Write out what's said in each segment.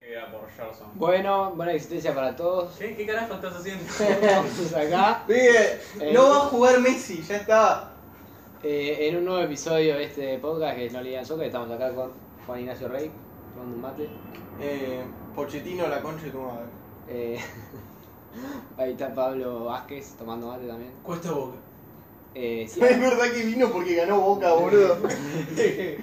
llega por Gerson. Bueno, buena existencia para todos. ¿Qué, ¿Qué carajo estás haciendo? Estamos acá Pibe, Eh. no va a jugar Messi, ya está. eh, en un nuevo episodio de este podcast que es No Ligan Soccer. Estamos acá con Juan Ignacio Rey, tomando un mate. Eh, Pochettino, la concha de tu madre. Eh, ahí está Pablo Vázquez tomando mate también. Cuesta boca. Eh, sí, Es verdad que vino porque ganó Boca, boludo. eh,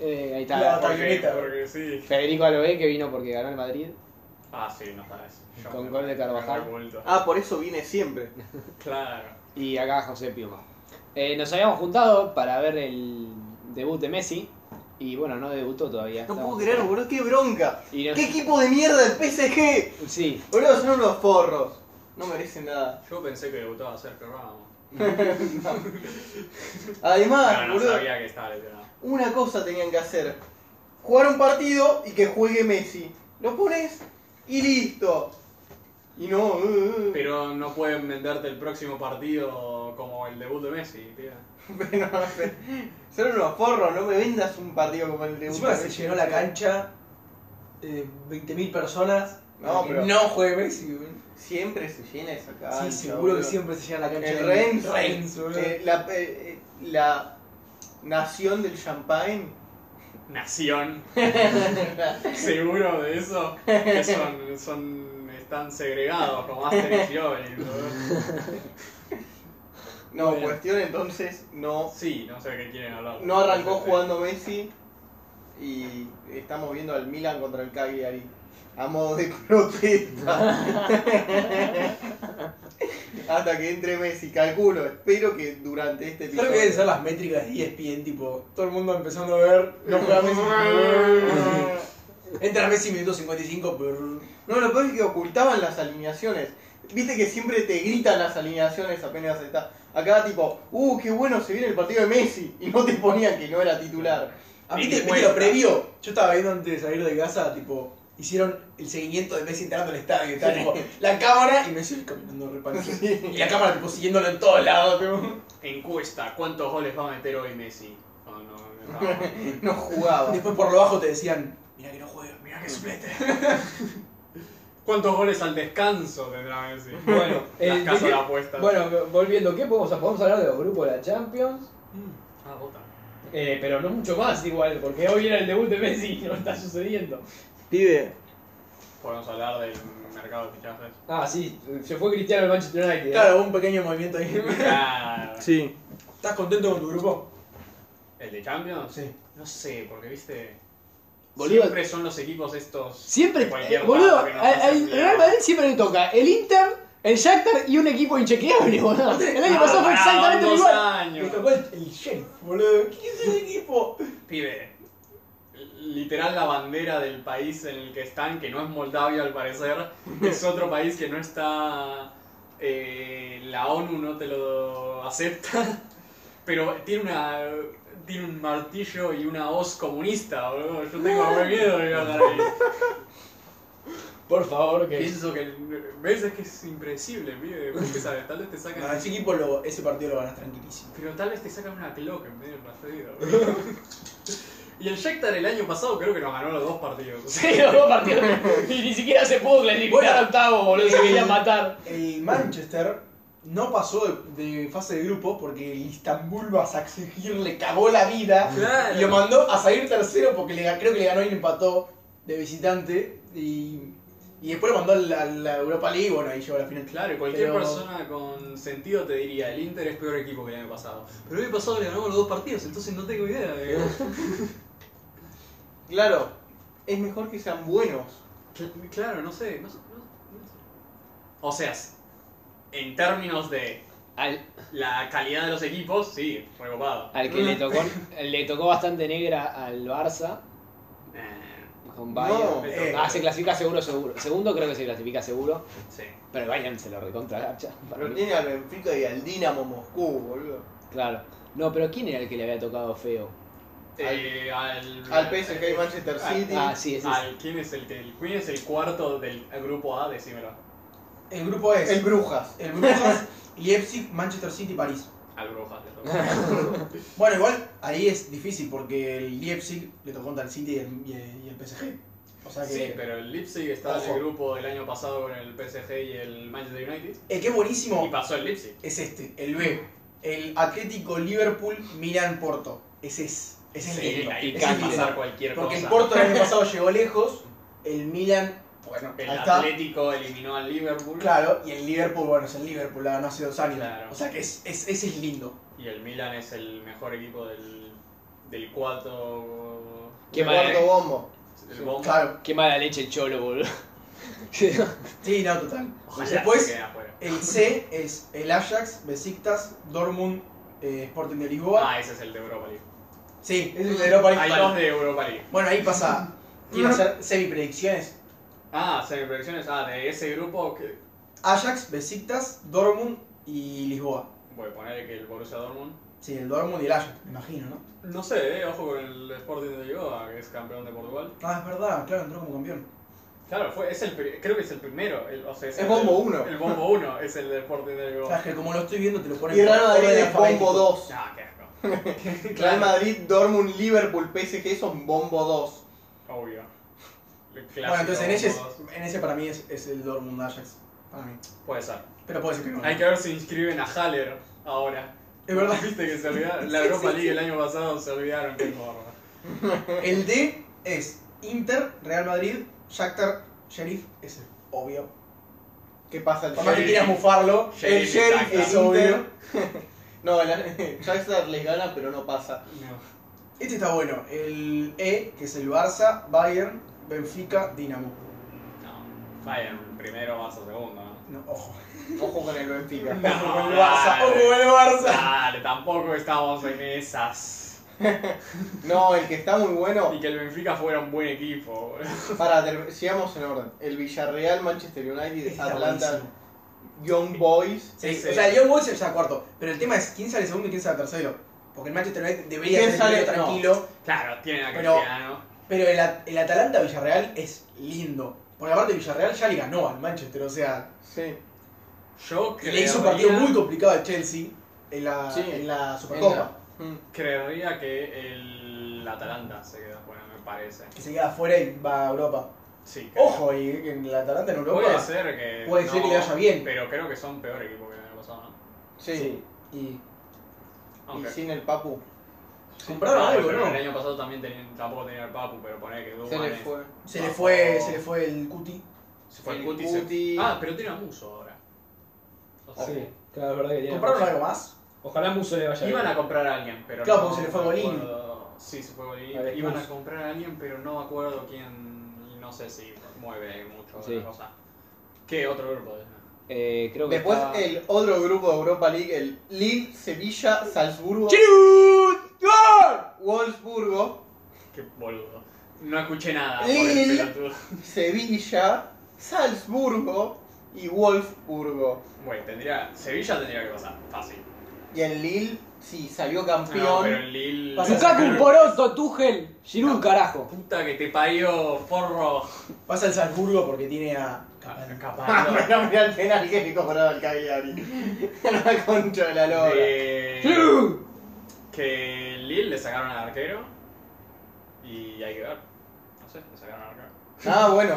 ahí está La batalla. Porque, Taquineta. porque sí. Federico Aloé que vino porque ganó el Madrid. Ah, sí, no sabes. Yo Con me- gol de me Carvajal. revuelto. Ah, por eso viene siempre. Claro. Y acá José Piuma. Eh, nos habíamos juntado para ver el debut de Messi. Y bueno, no debutó todavía. No puedo Estamos- creer, boludo, qué bronca. Y no- ¿Qué equipo de mierda el PSG? Sí, Boludo, son unos forros. No merecen nada. Yo pensé que debutaba Sergio Ramos. Además, Pero no Ah, boludo, sabía que estaba lesionado. una cosa tenían que hacer. Jugar un partido y que juegue Messi. Lo pones y listo. Y no... eh, eh. Pero no pueden venderte el próximo partido como el debut de Messi, tío. Pero, son unos forros, no me vendas Eh, un partido como el de Encima se llenó la cancha. eh, 20.000 personas. No, para que pero- No juegue Messi, güey. Siempre se llena esa cancha. Sí, seguro boludo. que siempre se llena la cancha. El de Rennes, Rennes, boludo. eh, la, eh, eh, la nación del champagne. Nación. ¿Seguro de eso? Que son, son, están segregados como Asterix y Obelix, boludo. No, Bueno. cuestión entonces, no, Sí, no sé de qué quieren hablar. Este, no arrancó jugando Messi y estamos viendo al Milan contra el Cagliari. A modo de protesta. Hasta que entre Messi, calculo, espero que durante este Creo episodio. que deben ser las métricas de E ESPN, tipo, todo el mundo empezando a ver, no juega Messi. Entra Messi minuto 55, pero... No, lo peor es que ocultaban las alineaciones. Viste que siempre te gritan las alineaciones apenas está. Acá tipo, uh, qué bueno se viene el partido de Messi. Y no te ponían que no era titular. A Y mí te te, Ah, viste lo cuesta. previo. Yo estaba viendo antes de salir de casa, tipo, hicieron el seguimiento de Messi entrando al estadio. Estaba, tipo, la cámara y Messi caminando repartido. Y la cámara, tipo, siguiéndolo en todos lados. tipo. Encuesta, ¿cuántos goles va a meter hoy Messi? No, no, no. no. No jugaba. Después por lo bajo te decían, mira que no juega, mira que suplete. ¿Cuántos goles al descanso tendrá Messi? Bueno, las eh, el- casas de- de apuestas. Bueno, volviendo, ¿qué podemos, podemos hablar de los grupos de la Champions? Ah, puta. Eh, pero no mucho más igual, porque hoy era el debut de Messi y no está sucediendo. Pibe. Podemos hablar del mercado de fichajes. Ah, sí, se fue Cristiano al Manchester United. ¿eh? Claro, un pequeño movimiento ahí. Claro. Sí. ¿Estás contento con tu grupo? Ah, ¿El de Champions? Sí. No sé, porque viste. Boludo. Siempre son los equipos estos. siempre. de cualquier eh, boludo, lado que nos hacen al- al Real Madrid siempre le toca el Inter, el Shakhtar y un equipo inchequeable, boludo. El año Ah, pasado fue pará, exactamente dos igual. Me años. tocó el, el Sheriff, boludo. ¿Qué es ese equipo? Pibe. Literal la bandera del país en el que están, que no es Moldavia al parecer, es otro país que no está... eh, la ONU no te lo acepta, pero tiene una tiene un martillo y una hoz comunista, boludo. Yo tengo re miedo de ganar ahí. Por favor, que. Pienso que... ¿Ves? Es que es impredecible, pibe. Porque, ¿sabes? Tal vez te sacan... No, ese equipo lo- ese partido lo ganas tranquilísimo. Pero tal vez te sacan una cloca en medio del partido. boludo. y el Shakhtar el año pasado creo que nos ganó los dos partidos. o sea, Sí, los dos partidos. Y ni siquiera se pudo clasificar Bueno. a octavo, boludo. Se Eh. quería matar. El Manchester no pasó de, de fase de grupo porque el Istanbul Basaksehir le cagó la vida Claro. y lo mandó a salir tercero porque le, ga- creo que le ganó y le empató de visitante y, y después lo mandó a la, Europa League bueno, ahí llegó a la final. Claro, cualquier Pero- persona con sentido te diría, el Inter es peor equipo que el año pasado. Pero el año pasado le ganamos los dos partidos, entonces no tengo idea. de- Claro, es mejor que sean buenos. Cl- claro, no sé, no sé, no- no sé. O sea, en términos de Al, la calidad de los equipos, sí, recopado. al que le tocó, le tocó bastante negra al Barça. Eh, Con No, Bayern. eh. ah, se clasifica seguro, seguro. Segundo creo que se clasifica seguro. sí. Pero el Bayern se lo recontra garcha, para Pero mí. tiene al Benfica y al Dinamo Moscú, boludo. Claro. No, pero ¿quién era el que le había tocado feo? Eh, al, Al PSG y Manchester Ah, City. Ah, sí, ese es Al- ¿quién, es el que, el- ¿Quién es el cuarto del grupo A? Decímelo. El grupo es El el, Brujas. Brujas, Leipzig, Manchester City, París. Al Brujas. le tocó. Ah, Bueno, igual ahí es difícil porque el Leipzig le tocó contra el City y el, y el- y el PSG. O sea que. Sí, pero el Leipzig estaba en Ojo. el grupo del año pasado con el PSG y el Manchester United. El que es buenísimo Y pasó el Leipzig. es este, el B. El Atlético Liverpool Milan Porto. Ese es. Ese es el Sí, directo. ahí Ese puede es el pasar directo. cualquier Porque el cosa. Porto el año pasado llegó lejos. El Milan, bueno, El ahí está. Atlético eliminó al Liverpool Claro, y el Liverpool, bueno, es el Liverpool, la ganó hace dos años. Claro. O sea que es, es- ese es lindo. y el Milan es el mejor equipo del, del cuarto. Qué El mal, cuarto bombo. el bombo. Claro. qué mala leche el cholo, boludo. Sí, no, total. Ojalá Después- se quede afuera. El C es el Ajax, Besiktas, Dortmund, eh, Sporting de Lisboa. Ah, ese es el de Europa League. Sí, ese es el de Europa League. Hay dos de Europa League. Bueno, ahí pasa. Quiero hacer semi-predicciones. Ah, semiproyecciones. Ah, de ese grupo que. Ajax, Besiktas, Dortmund y Lisboa. Voy a poner que el Borussia Dortmund. Sí, el Dortmund y el Ajax, me imagino, ¿no? No sé, eh, ojo con el Sporting de Lisboa, que es campeón de Portugal. Ah, es verdad, claro, entró como campeón. Claro, fue, es el, pri- creo que es el primero. el- o sea, Es bombo uno. El bombo 1 es el de Sporting de O sea, Lisboa. es que como lo estoy viendo, te lo ponen Y el Real Madrid orden es bombo alfabético. 2. Ah, qué asco. Real Madrid, Dortmund, Liverpool, PSG son bombo 2. Obvio. El clásico Bueno, entonces en ese, es- bombo en ese para mí es, es el Dortmund Ajax. Para mí. dos. Puede ser. Pero puede ser que no. Hay que ver si inscriben a Haller ahora. Es verdad. Viste que se olvidaron. La Sí, Europa sí, League el año pasado se olvidaron que morro. El D es Inter, Real Madrid, Shakhtar, Sheriff. Ese es obvio. ¿Qué pasa el Por más que Sheriff. quieras mufarlo, Sheriff el Sheriff y Shakhtar. es obvio. No, el Shakhtar les gana, pero no pasa. No. Este está bueno. El E, que es el Barça, Bayern, Benfica, Dinamo. No. Bayern, primero vas a segundo, ¿no? No, ojo. Ojo con el Benfica. Ojo con el Barça. Ojo con el Barça. Dale, tampoco estamos en esas. No, el que está muy bueno. Y que el Benfica fuera un buen equipo. Para, ter- sigamos en orden. El Villarreal, Manchester United, Este está Atlanta, buenísimo. Young Boys. Sí, Ese- o sea, John Wall está cuarto. Pero el tema es quién sale segundo y quién sale tercero. Porque el Manchester United debería ¿Quién ser sale? primero No. tranquilo. Claro, tienen a Pero- Cristiano. Pero el, At- el Atalanta-Villarreal es lindo. Porque aparte Villarreal ya le ganó al Manchester. O sea, Sí. Yo le hizo creería- un partido muy complicado al Chelsea en la, Sí. en la Supercopa. Mm. Creería que el Atalanta se queda fuera, me parece. Que se queda afuera y va a Europa. Sí. creo. Ojo, y en la Atalanta en Europa. Puede ser que. puede ser que le vaya bien. Pero creo que son peor equipo que el año pasado, ¿no? Sí. Y Y Aunque. sin el Papu. compraron Ah, algo, pero El ¿no? año pasado también tenían- tampoco tenía el Papu, pero poner que Se le Dumanes- fue. Se le fue, Ojo. se le fue el Cuti. Se fue el El Cuti. se- Cuti. Ah, pero tiene a Muso ahora. O sea, Sí, claro, es verdad que tiene. ¿Compraron algo más? Ojalá Muso le vaya Iban bien. a comprar a alguien, pero Claro, no porque se le fue me Golini. acuerdo. Sí, se fue Golini. Alex Iban a Cruz. comprar a alguien, pero no me acuerdo quién. No sé si mueve mucho Sí. la cosa. ¿Qué otro grupo? Eh, creo que Después está- el otro grupo de Europa League, el Lille, Sevilla, Salzburgo, Wolfsburgo, Qué boludo. No escuché nada. por Lille. el pelotudo. Sevilla, Salzburgo y Wolfsburgo. Bueno, tendría. Sevilla tendría que pasar. Fácil. Y el Lille, sí, salió No, pero campeón. el Lille. Pasa Lukaku, Poroto, Tuchel, Giroud, carajo. Puta que te parió, forro. Pasa el Salzburgo porque tiene a. Ah, Capaz. pero mirá el penal que le cobraba el Cagliari. la concha de la lora. Eh, que Lille le sacaron al arquero y hay que ver. No sé, le sacaron al arquero. Ah, bueno.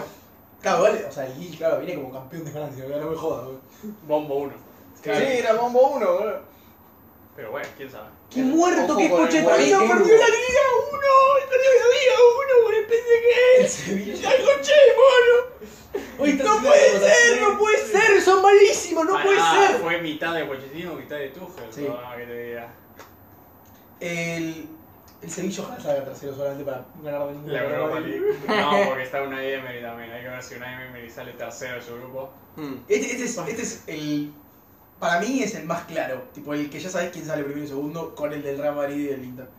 Claro, vale, o sea, el Lille, claro, viene como campeón de Francia, no me jodas, boludo. Bombo 1. Sí, era bombo uno, boludo. Pero bueno, quién sabe. ¡Qué muerto, Ojo qué con el pochettino! ¡Perdió la Wolfsburgo. Liga 1! ¡Perdió la Liga 1 por el El PSG! Sevilla. ¡Ya coche, Hoy mono! está ¡No haciendo puede la ser! rotación. ¡No puede ser! ¡Son malísimos! ¡No Pará, puede ser! Ah, Fue mitad de Pochettino, mitad de Tuchel. Sí. perdona que te diga. El. El Sevilla ojalá salga tercero solamente para ganar de ninguna La manera. Europa League. No, porque está una Emery también. Hay que ver si una Emery sale tercero de su grupo. Este, este es, este es el. Para mí es el más claro. Tipo, el que ya sabes quién sale primero y segundo con el del Real Madrid y del Inter.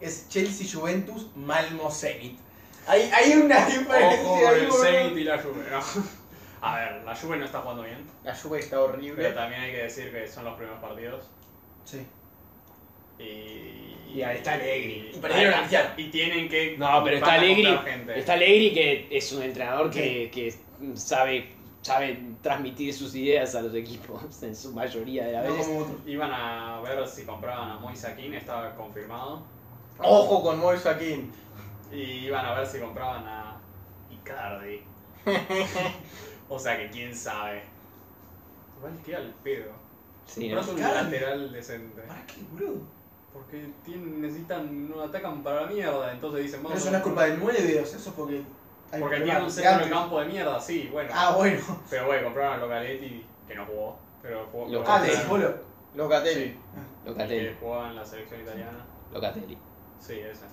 Es Chelsea, Juventus, Malmo, Zenit. Hay, hay una diferencia. Ojo con ahí, el boludo. Zenit y la Juve. No. A ver, la Juve no está jugando bien. La lluvia está horrible. Pero también hay que decir que son los primeros partidos. Sí. Y, Y ahí está Allegri. Y perdieron al Cristiano. Y tienen que. No, pero está van a Allegri. comprar gente. Está Allegri que es un entrenador que, que sabe, sabe transmitir sus ideas a los equipos en su mayoría de las No veces. como otro. Iban a ver si compraban a Moise Kean, estaba confirmado. Ojo con Moise Kean. Y iban a ver si compraban a Icardi. o sea que quién sabe. Igual que al pedo. Sí, ¿no? Comprate un Icardi. lateral decente. ¿Para qué, boludo? Porque tienen- necesitan, no atacan para la mierda, entonces dicen, Pero eso no es culpa del 9, o sea, eso es porque. hay Porque problemas tienen un de centro de antes. campo de mierda, sí, bueno. Ah, bueno. Pero bueno, compraron a Localetti, que no jugó, pero jugó. Locatelli. Ah, jugó- de Claro. Cipolo. Locatelli. que Locatelli. jugaba en la selección italiana. Locatelli. Sí, ese.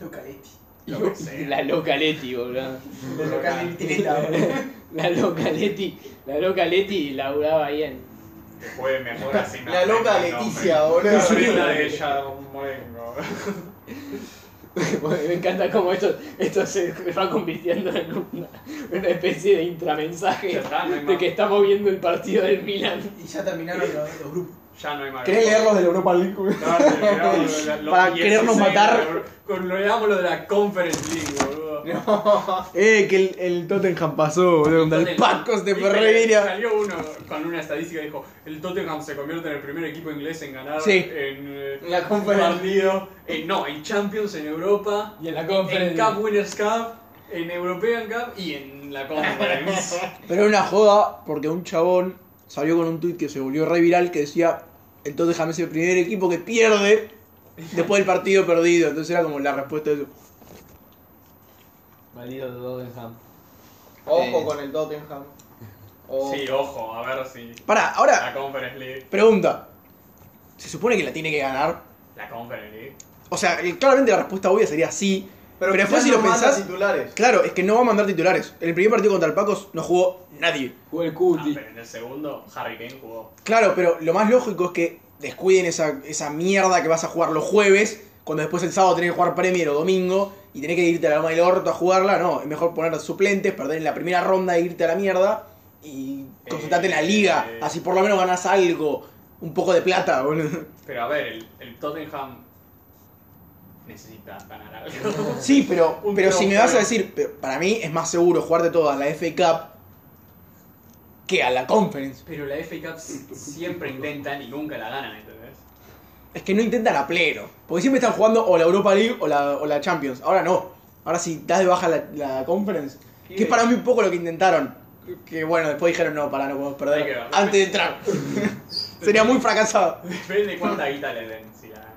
Localetti. Lo que sea. La Localetti, boludo. De Localetti neta, boludo. La Localetti. La Localetti laburaba ahí en. Que juegue mejor así. me La loca afecta el Leticia, nombre. boludo. La reina de Yarmolengo. Me encanta cómo esto, esto se va convirtiendo en una, una especie de Ya intramensaje está, no hay de que más. estamos viendo el partido del Milan. Y ya terminaron los, los grupos. Ya no hay más. ¿Querés leer los de la Europa League? No, terminamos lo- lo- Para los querernos 16, matar. boludo. Con lo digamos lo de la Conference League, boludo. Eh, que el, el Tottenham pasó, boludo, contra el Pacos de Viste que Ferreira. Salió uno con una estadística y dijo: el Tottenham se convierte en el primer equipo inglés en ganar Sí. en eh, En la un conferencia. partido. eh, no, en Champions, en Europa, Y en la en conferencia. Cup Winners' Cup, en European Cup y en la Conference. Pero era una joda porque un chabón salió con un tuit que se volvió re viral que decía el Tottenham es el primer equipo que pierde después del partido perdido. Entonces era como la respuesta de eso. Maldito Tottenham. Ojo con el Tottenham. Ojo. sí, ojo, a ver si. Pará, ahora, La Conference League. pregunta. ¿Se supone que la tiene que ganar? La Conference League. O sea, el- claramente la respuesta obvia sería sí. Pero, quizás después si lo no manda pensás... titulares. Claro, es que no va a mandar titulares. En el primer partido contra el Pacos no jugó nadie. Jugó el Ah, Cuti. pero en el segundo, Harry Kane jugó. Claro, pero lo más lógico es que descuiden esa, esa mierda que vas a jugar los jueves, cuando después el sábado tenés que jugar Premier o domingo y tenés que irte a la goma del orto a jugarla. No, es mejor poner suplentes, perder en la primera ronda e irte a la mierda y concentrarte en la liga. Eh. Así por lo menos ganás algo, un poco de plata, boludo. Pero a ver, el, el Tottenham necesita ganar algo. Sí, pero, Un pero si me trofeo. vas a decir, pero para mí es más seguro jugarte todas la FA Cup que a la Conference. Pero la FA Cup s- siempre intentan y nunca la ganan, ¿entendés? Es que no intentan a pleno. Porque siempre están jugando o la Europa League o la, o la Champions. Ahora no. Ahora si das de baja la, la Conference. Que es para mí un poco lo que intentaron. Que bueno, después dijeron no, para no podemos Hay que perder. ver. Antes de entrar. Sería muy fracasado. Depende cuánta guita le den. Si la ganan.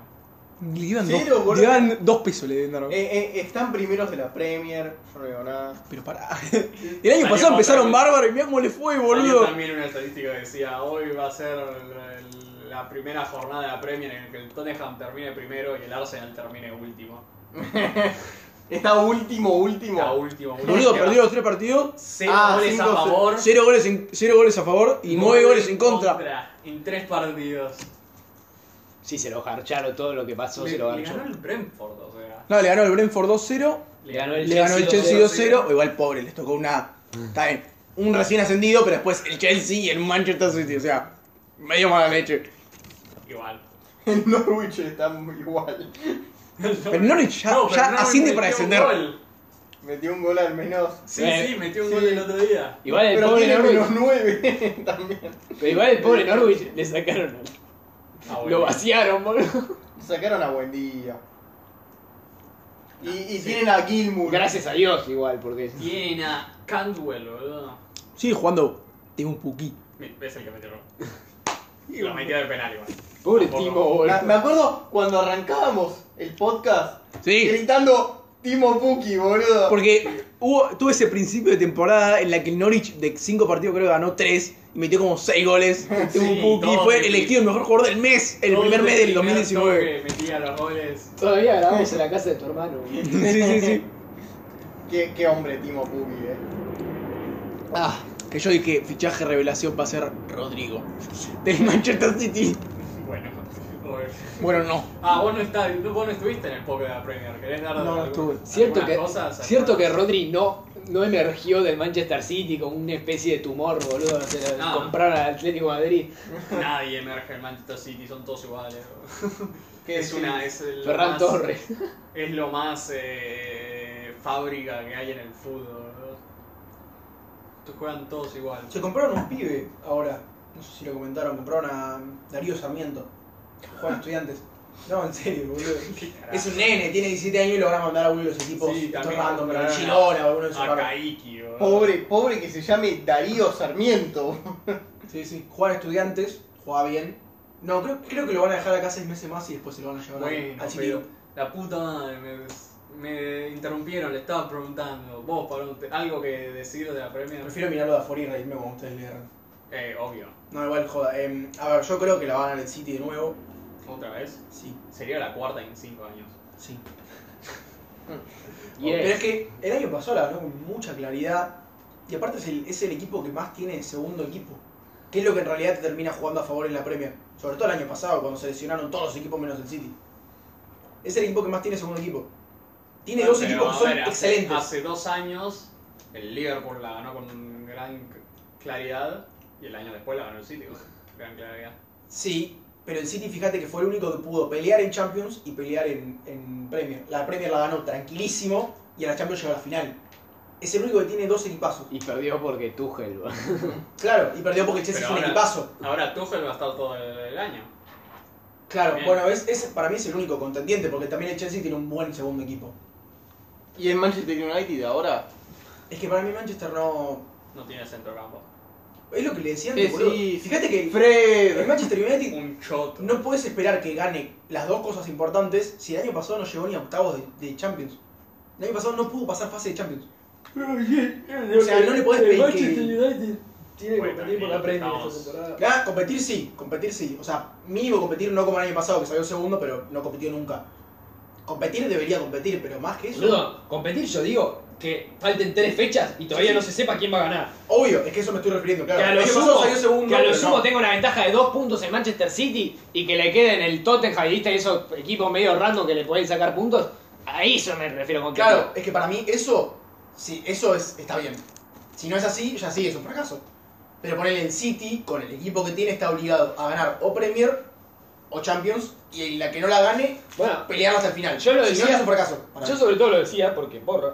Le iban, Cero, dos, boludo. le iban dos pesos, le dieron. Eh, eh, están primeros de la Premier. Yo no digo nada. Pero pará. El año pasado otra empezaron vez. bárbaros y mirá cómo le fue, Salió boludo. también una estadística que decía, hoy va a ser el- la primera jornada de la Premier en la que el Tottenham termine primero y el Arsenal termine último. Está último, último. La última, última. Boludo, perdió los tres partidos. Cero Ah, goles a cinco, favor. Cero goles, en- cero goles a favor y nueve goles en contra. En tres partidos. Sí, se lo garcharon todo lo que pasó, Le, se lo le garchó. ganó el Brentford, o sea. No, le ganó el Brentford 2-0, Le ganó el le ganó el Chelsea 2-0. 2-0, o igual pobre, les tocó una... Está bien, un recién ascendido, pero después el Chelsea y el Manchester City, o sea, medio mala leche. Igual. El Norwich está muy igual. Pero Norwich ya, No, pero ya no, asciende metió para un descender. gol. Metió un gol al menos. Sí, Eh, sí, metió un sí. gol el otro día. Igual el Pero pobre tiene menos Norwich. 9 también. Pero igual el pobre Norwich le sacaron. Ah, bueno. Lo vaciaron, boludo. Sacaron a buen día. Y, y Sí. tienen Uh, a Gilmour. Gracias a Dios, igual, porque. Tienen a Cantwell, boludo. Sigue jugando Timo un puquí. Mi- Es el que metió el gol. Y lo metió de penal igual. Pobre Tampoco. Timo, Me, me boludo. acuerdo cuando arrancábamos el podcast Sí, gritando Timo Puki, boludo. porque hubo, tuvo ese principio de temporada en la que el Norwich de cinco partidos creo que ganó tres y metió como seis goles. Timo Sí, Puki todos fue sí. elegido el mejor jugador del mes, el Todo primer mes del primer 2019. toque Metía los goles. Todavía grabamos en la casa de tu hermano, boludo. Sí, sí, sí. Qué, qué hombre Timo Puki, eh. Ah, que yo dije fichaje revelación va a ser Rodrigo del Manchester City. Bueno. bueno. Bueno, no. Ah, vos no, está, vos no estuviste en el poker de la Premier. ¿Querés dar No, no algún- estuve. Cierto algunas que, cosas? cierto que Rodri no, no emergió del Manchester City con una especie de tumor, boludo. Se lo No. compraron al Atlético de Madrid. Nadie emerge en Manchester City, son todos iguales. ¿Qué es decís? una. Es lo Ferran más- Torres. Es lo más eh, fábrica que hay en el fútbol. Te juegan todos igual. Se compraron un pibe ahora. No sé si lo comentaron, compraron a Darío Sarmiento. Juan estudiantes. No, en serio, boludo. Es Es un nene, tiene 17 años y lo van a mandar a uno de esos tipos Sí, estos también random, pero compraron Girona o uno de esos a raros. Kaiki, boludo. Pobre, pobre que se llame Darío Sarmiento. Sí, sí. Juega a estudiantes, juega bien. No, creo, creo que lo van a dejar acá seis meses más y después se lo van a llevar a- Bueno, al pero chiquito. la puta madre, me, me interrumpieron, le estaba preguntando, vos, Pablo, te- algo que decir de la premia. Prefiero mirarlo de afuera y reírme como ustedes le erran. Eh, obvio, No, igual joda. Em, a ver, yo creo que la van a ganar el City de nuevo. otra vez. Sí, Sería la cuarta en cinco años. sí. Y Pero es es- que el año pasado la ganó con mucha claridad. Y aparte es el, es el equipo que más tiene de segundo equipo. Que es lo que en realidad te termina jugando a favor en la Premier. Sobre todo el año pasado, cuando se lesionaron todos los equipos menos el City. Es el equipo que más tiene segundo equipo. Tiene dos Pero, equipos que a son ver, hace- excelentes. Hace dos años el Liverpool la ganó con gran claridad y el año después la ganó el City. con Gran claridad. Sí, pero el City fíjate que fue el único que pudo pelear en Champions y pelear en, en Premier. La Premier la ganó tranquilísimo y a la Champions llegó a la final. Es el único que tiene dos equipazos. y perdió porque Tuchel. boludo. Claro, y perdió porque el Chelsea Pero es un ahora- equipazo. Ahora Tuchel va a estar todo el, el año. Claro, Bien. bueno, es, es- para mí es el único contendiente porque también el Chelsea tiene un buen segundo equipo. Y el Manchester United ahora. Es que para mí Manchester no... No tiene centrocampo. Es lo que le decían. Sí, boludo. sí. Fíjate que el- el Fred. Manchester United Un choto. no puedes esperar que gane las dos cosas importantes si el año pasado no llegó ni a octavos de, de Champions. El año pasado no pudo pasar fase de Champions. O sea, no le podés el pedir Manchester que- United tiene que Bueno, competir por y la Premier estamos- esta temporada. Ya, competir sí, competir sí. O sea, mínimo competir, no como el año pasado que salió segundo, pero no compitió nunca. Competir debería competir, pero más que eso. Boludo, competir yo digo que falten tres fechas y todavía no se sepa quién va a ganar. Obvio, es que eso me estoy refiriendo, claro. que a El lo año sumo, pasado salió segundo. que a lo pero sumo no. tenga una ventaja de dos Dos puntos en Manchester City y que le queden el Tottenham y viste, esos equipos medio random que le pueden sacar puntos. A eso me refiero con que- Claro, es que para mí eso, sí, eso es, está bien. Si no es así, ya sí, es un fracaso. Pero ponerle el City, con el equipo que tiene, está obligado a ganar o Premier o Champions y la que no la gane, Bueno, pelear hasta el final. Yo lo si no decía- es un fracaso. para yo mí. sobre todo lo decía porque, porra,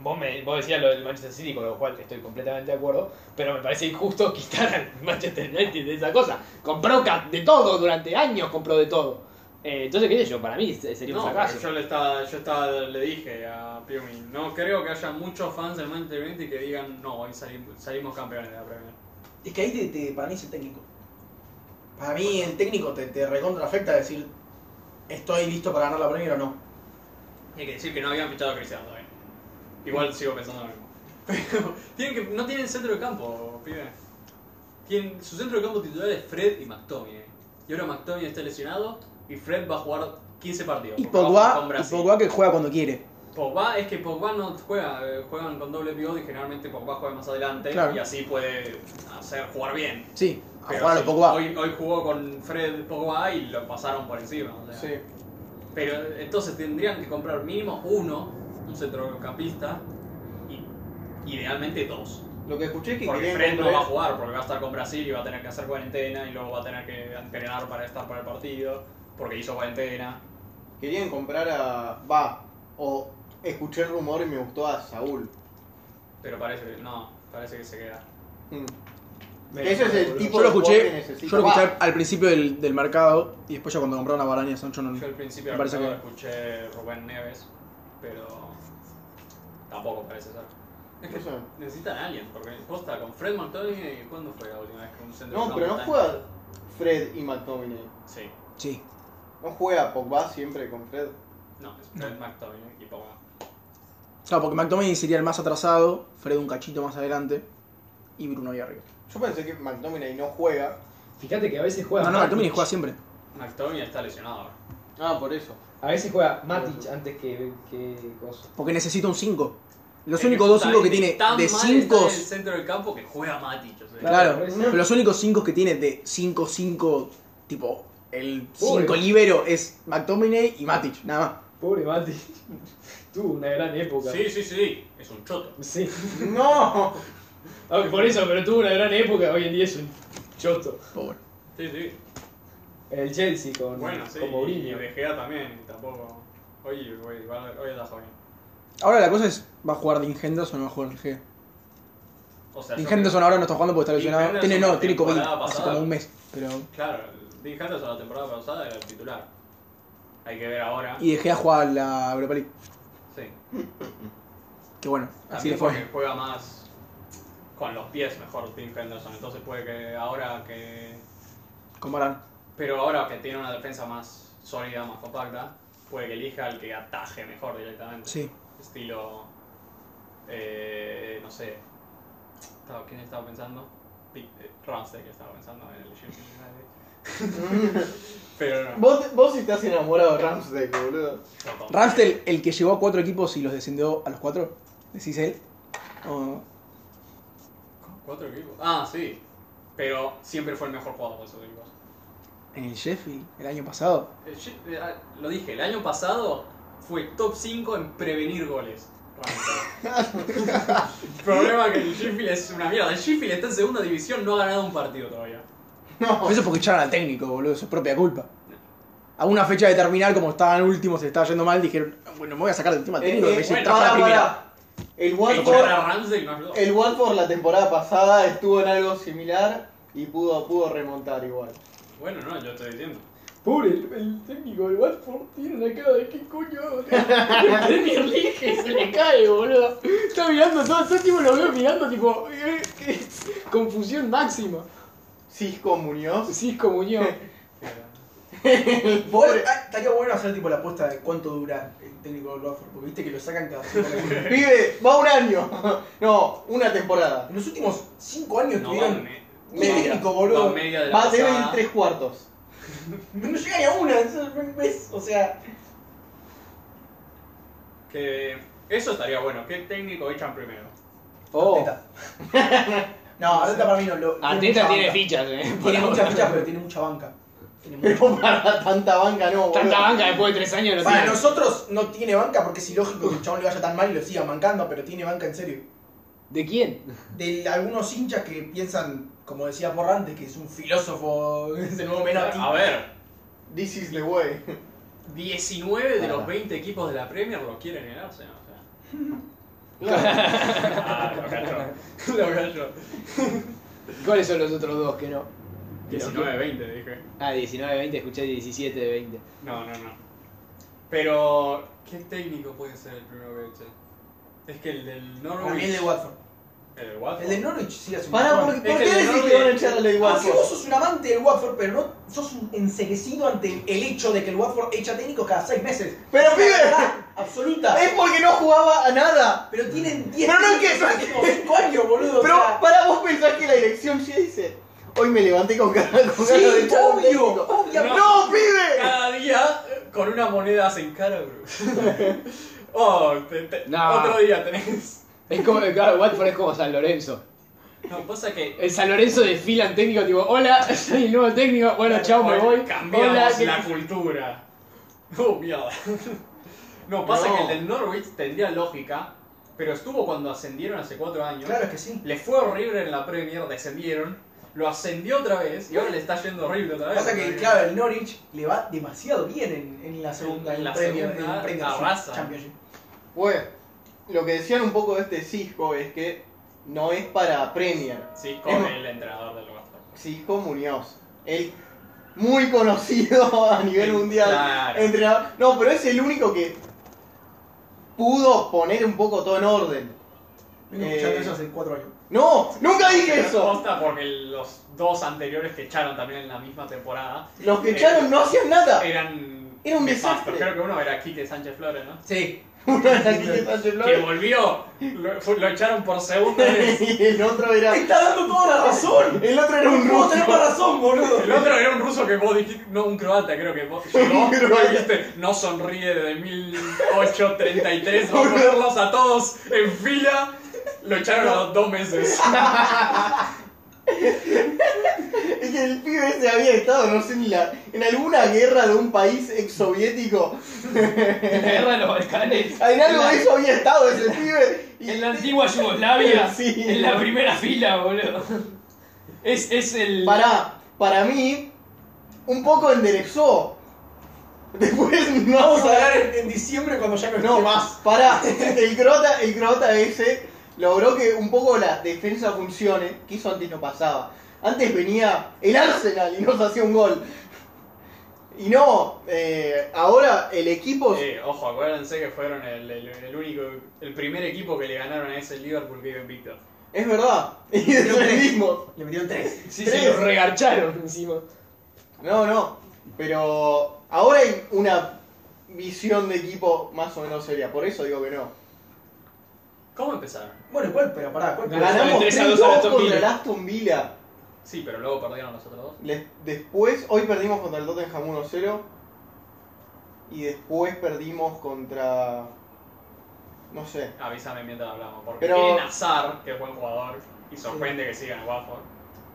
vos, me, vos decías lo del Manchester City, con lo cual estoy completamente de acuerdo, pero me parece injusto quitar al Manchester United de esa cosa. Compró ca- de todo durante años, compró de todo. Eh, entonces, qué sé yo, para mí se- sería un No, fracaso. pero yo le estaba, yo estaba, le dije a Piumi, no creo que haya muchos fans del Manchester United que digan, no, hoy salimos, salimos campeones de la Premier. Es que ahí te, te- para mí es el técnico. Para mí el técnico te, te recontra afecta decir estoy listo para ganar la Premier o no. Hay que decir que no habían fichado a Cristiano todavía. Igual sigo pensando lo mismo. Pero tienen que, no tienen centro de campo, pibe. Tienen, su centro de campo titular es Fred y McTominay. eh. Y ahora McTominay está lesionado y Fred va a jugar 15 partidos. Y porque va a jugar con Pogba, y Brasil. Pogba que juega cuando quiere. Pogba es que Pogba no juega, eh, juegan con doble pivote y generalmente Pogba juega más adelante Claro. y así puede hacer jugar bien. Sí, a Pero jugar a sí, lo Pogba. Hoy, hoy jugó con Fred Pogba y lo pasaron por encima. o sea. Sí. Pero entonces tendrían que comprar mínimo uno, un centrocampista, y idealmente dos. Lo que escuché es que Porque querían Fred no va a comprar- jugar, porque va a estar con Brasil y va a tener que hacer cuarentena y luego va a tener que entrenar para estar para el partido, porque hizo cuarentena. Querían comprar a. Va. O escuché el rumor y me gustó a Saúl. Pero parece que no, parece que se queda. Mm. Que ese es el tipo Yo lo de jugador escuché, que necesita. yo lo escuché Va. al, al principio del, del mercado y después ya cuando compraron a Baraña Sancho no. Yo al principio Me parece del que- mercado escuché Rubén Neves, pero tampoco parece ser. Es que No sé. necesitan a alguien, porque Costa con Fred McTominay, ¿cuándo fue la última vez que un centro No, pero no juega Fred y McTominay. Sí, Sí. No juega Pogba siempre con Fred. no, es Fred McTominay y Pogba. Claro, porque McTominay sería el más atrasado, Fred un cachito más adelante y Bruno ahí arriba. Yo pensé que McTominay no juega. Fíjate que a veces juega No, no, Matic. McTominay juega siempre. McTominay está lesionado ahora. Ah, por eso. A veces juega Matic antes que, que cosa. Porque necesita un 5. Los Es únicos dos está- 5 que tiene tan de mal 5 está en el centro del campo que juega Matic, o sea. Claro, Claro, pero los únicos 5 que tiene de 5-5, tipo, el Pobre. 5 libero es McTominay y Matic, nada más. Pobre Matic. Tuvo una gran época. Sí, sí, sí, es un choto. Sí. ¡No! Aunque por eso, pero tuvo una gran época. Hoy en día es un choto. Pobre. Sí, sí. En el Chelsea con, Bueno, sí, eh. con y Mourinho. De Gea también, tampoco. Hoy, hoy, hoy está joven. Ahora la cosa es, ¿va a jugar Dean Henderson o va a jugar G? O sea, yo Dean creo- Henderson ahora no está jugando porque está Dean lesionado. Henderson Tiene, la no, tiene COVID, temporada hace pasada. como un mes. Pero Claro, Dean Henderson la temporada pasada era el titular. Hay que ver ahora. Y dejé a jugar la Europa League. Sí. Que bueno, así También le fue. porque juega más con los pies mejor Tim Henderson. Entonces puede que ahora que. Comparan. Pero ahora que tiene una defensa más sólida, más compacta, puede que elija al que ataje mejor directamente. Sí. Estilo. eh, no sé. Estaba- ¿Quién estaba pensando? Pi- eh, Ramsey, estaba pensando en el Sheffield United. Pero no. Vos, vos estás enamorado de Ramsdale, boludo. no, no. Ramstel, el que llevó a cuatro equipos y los descendió a los cuatro, decís él. O- Cuatro equipos. Ah, sí. Pero siempre fue el mejor jugador de esos equipos. en el Sheffield, el año pasado. Eh, yo- eh, ah, Lo dije, el año pasado fue top 5 en prevenir goles. El problema es que el Sheffield es una mierda. El Sheffield está en segunda división, no ha ganado un partido todavía. Eso es porque echaron al técnico, boludo, eso es propia culpa. A una fecha de terminar, como estaban últimos, se estaba yendo mal, dijeron, bueno, me voy a sacar del tema técnico, Eh, que me eh, trajo bueno, a la Pará, primera. pará. El Echar a Watford, Ramsey no ayudó. el Watford la temporada pasada estuvo en algo similar y pudo, pudo remontar igual. Bueno, no, yo estoy diciendo. Pobre, el, el técnico del Watford tiene una cara de qué coño. El Premier League se le cae, boludo. Está mirando todo, todo el tiempo lo veo mirando, tipo. eh, eh, confusión máxima. Cisco Muñoz. Cisco Muñoz. eh, Pobre- ah, Estaría bueno hacer tipo la apuesta de cuánto dura el técnico del Watford, porque viste que lo sacan cada cinco años. Vive, va un año. No, una temporada. En los últimos cinco años Eh, No, tuvieron me- un media. técnico, no, boludo. media de la Va a tener pasada. tres cuartos. No llega ni a una, es- ¿ves? O sea, Que eso estaría bueno. ¿Qué técnico echan primero? Oh, Arteta. No, Arteta para mí no lo. Arteta tiene mucha banca. fichas, eh. Tiene muchas fichas, pero tiene mucha banca. Tiene mucha- Pero para tanta banca no, boludo. Tanta banca después de tres años no Para tiene. nosotros no tiene banca porque es ilógico que el chabón le vaya tan mal y lo siga mancando, pero tiene banca en serio. ¿De quién? De algunos hinchas que piensan, como decía Porrante, que es un filósofo, es el nuevo Menotti. A ver, This is the way. 19 de los 20 equipos de la Premier lo quieren en Arsenal. o sea. Ah, lo cachó. Lo cachó. ¿Cuáles son los otros dos que no? 19-20, dije. Ah, 19 de 20, escuché 17 de 20. No, no, no. Pero, ¿qué técnico puede ser el primero que eche? Es que el del Para Norwich. mí el de Watford. ¿El del Watford? El de Norwich sí es un Para, ¿por, bajón. Es ¿por que qué el decís Norwich- que van a echarle de Ah, si vos Watford? sos un amante del Watford, pero no sos un enseguecido ante el hecho de que el Watford echa técnicos cada seis meses. Pero, Es pibe. la verdad absoluta. Es porque no jugaba a nada. Pero tienen 10 Pero no es que- cinco años, boludo. o Pero sea, para vos pensás que la dirección ya dice. Hoy me levanté con ganas con ganas de sí, echar un obvio, técnico". obvio. ¡No, pibe! Cada día eh, con una moneda hacen cara, bro. oh, te- te- No. otro día tenés. Es como, claro, Watford es como San Lorenzo. No, pasa que. El San Lorenzo desfila en técnico, tipo, hola, soy el nuevo técnico, bueno, chao, me Hoy voy. Cambiamos Hola, ¿qué- la cultura. Oh, mierda. No, pasa No. que el del Norwich tendría lógica, pero estuvo cuando ascendieron hace cuatro años. Claro es que sí. Le fue horrible en la Premier, descendieron, lo ascendió otra vez y ahora le está yendo horrible otra vez. Pasa que, Porque- claro, el Norwich le va demasiado bien en, en la segunda, eh, En en la Premier, segunda, en Premier League arrasa. Championship. Bueno, lo que decían un poco de este Cisco es que no es para Premier. Sí, con el entrenador del Watford. Cisco Muñoz. El muy conocido a nivel El- mundial. claro. Entrenador. No, pero es el único que pudo poner un poco todo en orden. Vengo Eh, escuchando eso hace cuatro años. No, nunca dije eso. Posta porque los dos anteriores que echaron también en la misma temporada Los que echaron no hacían nada. Eh, eran. Era un nefastos. desastre. Creo que uno era Quique Sánchez Flores, ¿no? Sí. Uno era eh, Quique Sánchez Que Flores volvió, lo, fu- lo echaron por segunda vez. y el otro era. Está dando toda la razón. El otro era un No ruso. tenemos razón, boludo. El otro era un ruso que vos dijiste, no, un croata, creo que vos llegó, y dijiste, no sonríe desde 1833, vamos a ponerlos a todos en fila. Lo echaron a los dos meses. Es que el pibe ese había estado, no sé, ni la, en alguna guerra de un país exsoviético. En la guerra de los Balcanes. En algo de eso había estado ese pibe. Y En la antigua Yugoslavia. Sí. En la primera fila, boludo. Es, es el. Para, para mí, un poco enderezó. Después no Vamos a hablar en, en diciembre cuando ya no No, esté más. Pará, el crota, el crota ese logró que un poco la defensa funcione, que eso antes no pasaba. Antes venía el Arsenal y nos hacía un gol. Y no, eh, ahora el equipo. Eh, ojo, acuérdense que fueron el, el- el único, el primer equipo que le ganaron a ese Liverpool que iba invicto. Es verdad. Y es lo mismo. Le metieron tres. Sí, Tres. se lo regarcharon encima. No, no. Pero ahora hay una visión de equipo más o menos seria. Por eso digo que no. ¿Cómo empezaron? Bueno, ¿cuál? Pero pará, ¿cuál? Ganaron Ganamos tres a 3 dos al Aston contra Villa. el Aston Villa. Sí, pero luego perdieron los otros dos. Les- después, hoy perdimos contra el Tottenham 1-0. Y después perdimos contra. No sé. Avísame mientras hablamos, porque Pero- tienen Azar, que es buen jugador, y sorprende que sigan en Watford.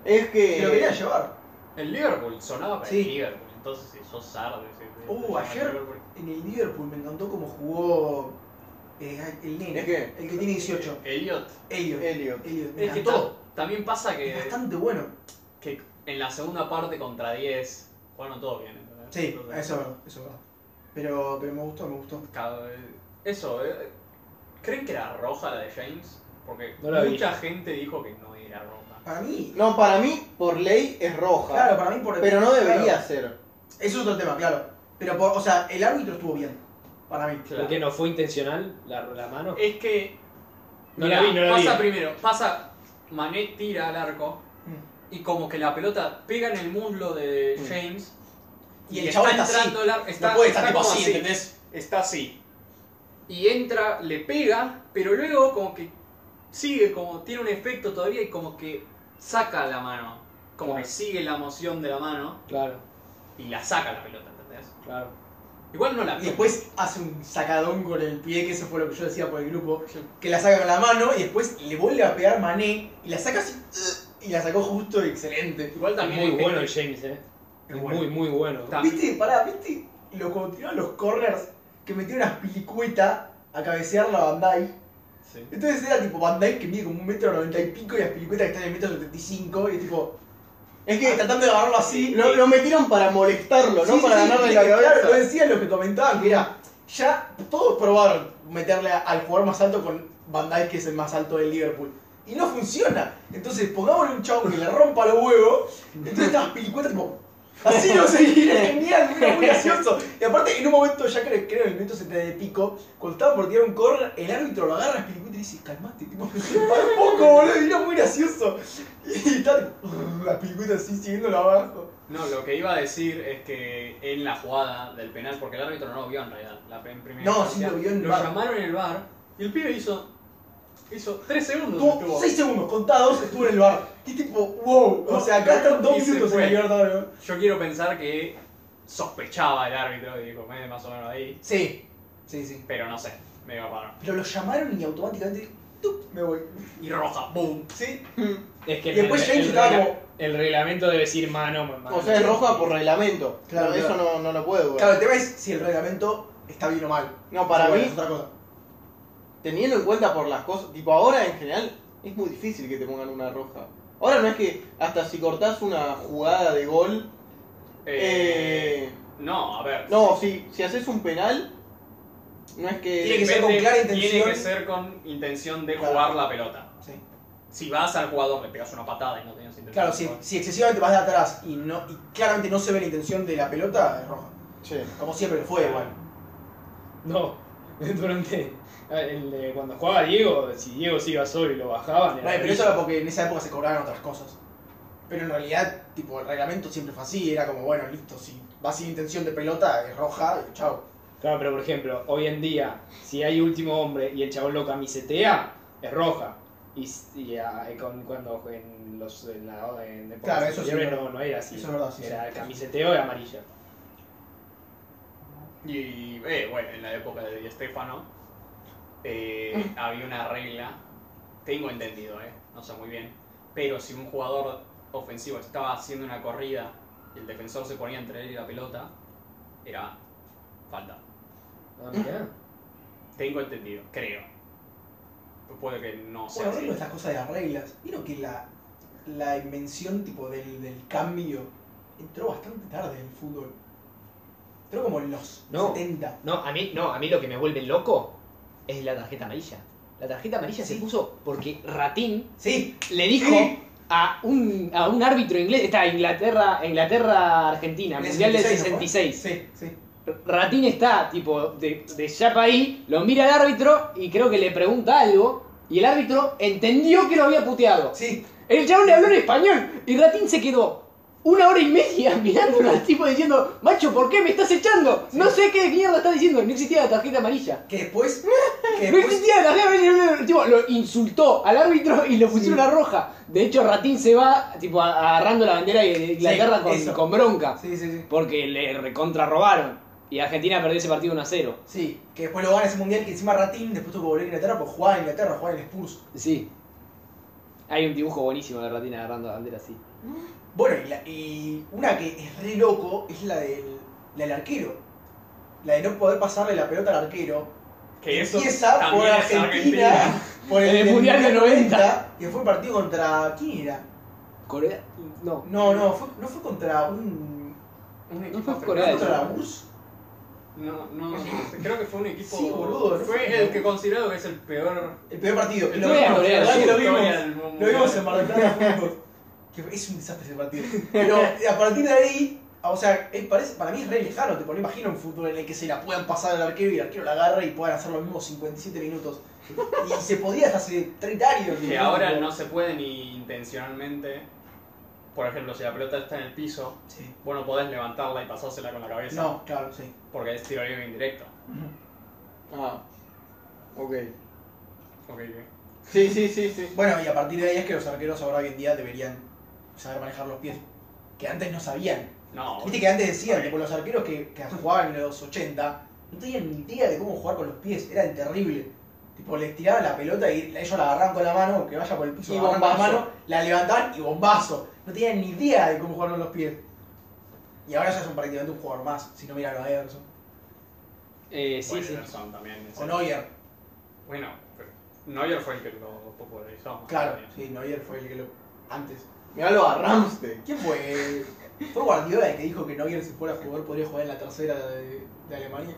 Es que. Se lo quería llevar. El Liverpool sonaba para Sí. el Liverpool, entonces si sos Zar, de- de- de- Uh, de- ayer- Liverpool. En el Liverpool me encantó cómo jugó eh, el nene. ¿Es que? El que tiene 18. Elliot. Elliot. Elliot. Elliot. Me Es que encantó. ta- también pasa que, Es bastante bueno. que en la segunda parte contra 10 jugaron todos bien. ¿entendés? Sí, eso Entonces, es verdad, eso es verdad. Pero, pero me gustó, me gustó. cada- Eso, eh, ¿creen que era roja la de James? Porque No la vi. mucha gente dijo que no era roja. Para mí, No, para mí, por ley, es roja. claro, para mí por pero no debería claro, ser. Eso es otro tema, claro. Pero, por- o sea, el árbitro estuvo bien. Para mí. Claro. Porque no fue intencional la, la mano. Eh, Es que. No la vi, no la pasa vi. primero, pasa. Mané tira al arco Mm. y como que la pelota pega en el muslo de James. Y el chabón está así. entrando el ar- está, no puede estar está tipo como así, así. ¿entendés? Está así. Y entra, le pega, pero luego como que sigue, como tiene un efecto todavía y como que saca la mano. Como que sigue la moción de la mano Claro, y la saca la pelota, ¿entendés? claro. Igual no la Y vi. después hace un sacadón con el pie, que eso fue lo que yo decía por el grupo. Que la saca con la mano y después le vuelve a pegar Mané y la saca así. Y la sacó justo, excelente. Igual también muy hay gente- bueno el James, eh. Es bueno. Muy, muy bueno. Ta- ¿Viste? Pará, ¿viste? Los, cuando tiraron los corners, que metió unas pilicuetas a cabecear la Bandai. Sí. Entonces era tipo Van Dyke que mide como un metro noventa y pico y las pelicuetas que están en el metro setenta y cinco y es tipo. Es Ah. que que tratando de agarrarlo así. lo, lo metieron para molestarlo, no para ganarle la cabeza. pues Lo decían los que comentaban que era. Ya todos probaron meterle a- al jugador más alto con Van Dyke, que es el más alto del Liverpool. Y no funciona. Entonces pongámosle un chabón que le rompa los huevos. Entonces estas pelicuetas tipo. Así no sé, y era genial, era muy gracioso. Y aparte, en un momento, ya creo, creo en el minuto 70 de pico, cuando estaba por tirar un corner, el árbitro lo agarra, pelicueta y le dice, calmate, tipo, para un poco, boludo, y era muy gracioso. Y está, la pelicueta así, siguiéndolo abajo. No, lo que iba a decir es que en la jugada del penal, porque el árbitro no lo vio en realidad, la en primera No, instancia, sí lo vio en el Lo VAR. llamaron en el bar y el pibe hizo. hizo 3 segundos. Tuvo estuvo. 6 segundos contados, estuvo en el bar. Y tipo, wow, o sea, acá están 2 Y se minutos en fue. la libertad, Yo quiero pensar que sospechaba el árbitro y dijo, "Eh, más o menos ahí, Sí, sí, sí. pero no sé, me iba a parar. Pero lo llamaron y automáticamente, tup, me voy. Y roja, boom. Sí, Es que Y después el, James el estaba regla- como- el reglamento debe decir mano, mano. O sea, es roja por reglamento. Claro, Pero eso claro. no, no lo puede, güey. Claro, el tema es si el reglamento está bien o mal. No, para Bueno, mí, es otra cosa. teniendo en cuenta por las cosas, tipo ahora en general es muy difícil que te pongan una roja. Ahora no es que hasta si cortás una jugada de gol, Eh, eh, No, a ver. no, si, si haces un penal, no es Tiene que... que ser con clara Tiene que intención. ser con intención de Claro. jugar la pelota. Sí. Si vas al jugador, le pegas una patada y no tenías intención. Claro, de si, jugar. si excesivamente vas de atrás y, no, y claramente no se ve la intención de la pelota, es roja. Che, Como siempre lo fue, igual. No, durante. el, eh, cuando jugaba Diego, si Diego se iba solo y lo bajaban. era Bueno, pero eso gris. era porque en esa época se cobraban otras cosas. Pero en realidad, tipo, el reglamento siempre fue así, era como, bueno, listo, si vas sin intención de pelota, es roja, y chao. Claro, pero por ejemplo, hoy en día, si hay último hombre y el chabón lo camisetea, es roja. Y, s- y, ah, y con- cuando en los en la, en épocas Claro, eso sí, anteriores verdad. no, no era así. Eso es verdad, sí, Era sí. el camiseteo y amarilla. Y eh, bueno, en la época de Di Stefano eh, había una regla, tengo entendido, eh, no sé muy bien, pero si un jugador ofensivo estaba haciendo una corrida y el defensor se ponía entre él y la pelota, era falta. Ah, ¿Eh? mirá. Tengo entendido, creo. Pues Puede que no sea Bueno, así. hablando de estas cosas de las reglas, vieron que la, la invención, tipo, del, del cambio entró bastante tarde en el fútbol. Entró como en los No. 70. No, a mí, no, a mí lo que me vuelve loco es la tarjeta amarilla. La tarjeta amarilla se puso porque Ratín Sí, le dijo Sí. a un, a un árbitro inglés. Está Inglaterra, Inglaterra, Argentina, En el Mundial del 66, 66. Sí, sí. Ratín está, tipo, de, de chapa ahí, lo mira al árbitro y creo que le pregunta algo. Y el árbitro entendió que lo había puteado. Sí, El chabón le habló en español y Ratín se quedó una hora y media mirándolo al tipo diciendo: Macho, ¿por qué me estás echando? No sé qué mierda estás diciendo. No existía la tarjeta amarilla. que después. Que No después existía la tarjeta amarilla. El tipo lo insultó al árbitro y lo pusieron a roja. De hecho, Ratín se va, tipo, a- agarrando la bandera de Inglaterra Sí, con- eso. con, bronca. sí, sí, sí. Porque le recontra robaron. Y Argentina perdió ese partido 1 a 0. Sí, que después lo gana ese mundial que encima Ratín después tuvo que volver a Inglaterra pues jugaba en Inglaterra, jugaba en el Spurs. Sí. Hay un dibujo buenísimo de Ratín agarrando la bandera así. Bueno, y, la- y una que es re loco es la del, la del arquero. La de no poder pasarle la pelota al arquero. Que eso empieza por también es Argentina, Argentina. por En el, el del Mundial de 90. que fue un partido contra. ¿Quién era? Corea. No. No, no, fue, no fue contra un. un equipo fue africano, Corea del contra la Sur. URSS. No, no, creo que fue un equipo. Sí, boludo, no Fue fue- el que considero que es el peor. El primer partido. El lo Corea, vimos, Corea del ¿verdad Sur, que lo vimos? Historia del Lo Mundial. vimos en Mar del Plata juntos. Que es un desastre ese partido. Pero eh, a partir de ahí, o sea, es- parece, para mí es re lejano. Tipo, no imagino un fútbol en el que se la puedan pasar al arquero y el arquero la agarra y puedan hacer lo mismo 57 minutos. Y se podía hasta hace 30 años. Que ¿no? ahora no se puede ni intencionalmente. Por ejemplo, si la pelota está en el piso, Sí. vos no podés levantarla y pasársela con la cabeza. No, claro, sí. Porque es tiro libre indirecto. Ah, ok. Ok, bien. Sí, sí, sí, sí. Bueno, y a partir de ahí es que los arqueros ahora hoy en día deberían saber manejar los pies. Que antes no sabían. No, Viste que antes decían que por los arqueros que, que jugaban en los 80 no tenían ni idea de cómo jugar con los pies, eran terrible. Tipo, les tiraban la pelota y ellos la agarraban con la mano, que vaya por el piso, Y la agarran con la bombazo. mano, la levantaban y bombazo. No tenían ni idea de cómo jugar con los pies. Y ahora ya son prácticamente un jugador más, si no miran a Ederson. Eh, sí, bueno, sí. Ederson también. es O el- Neuer, Bueno, pero Neuer fue el que lo popularizó. más claro, bien. sí, Neuer fue el que lo. antes. Miralo a Ramsey. ¿Quién fue? ¿Fue Guardiola el que dijo que Neuer si fuera jugador podría jugar en la tercera de, de Alemania?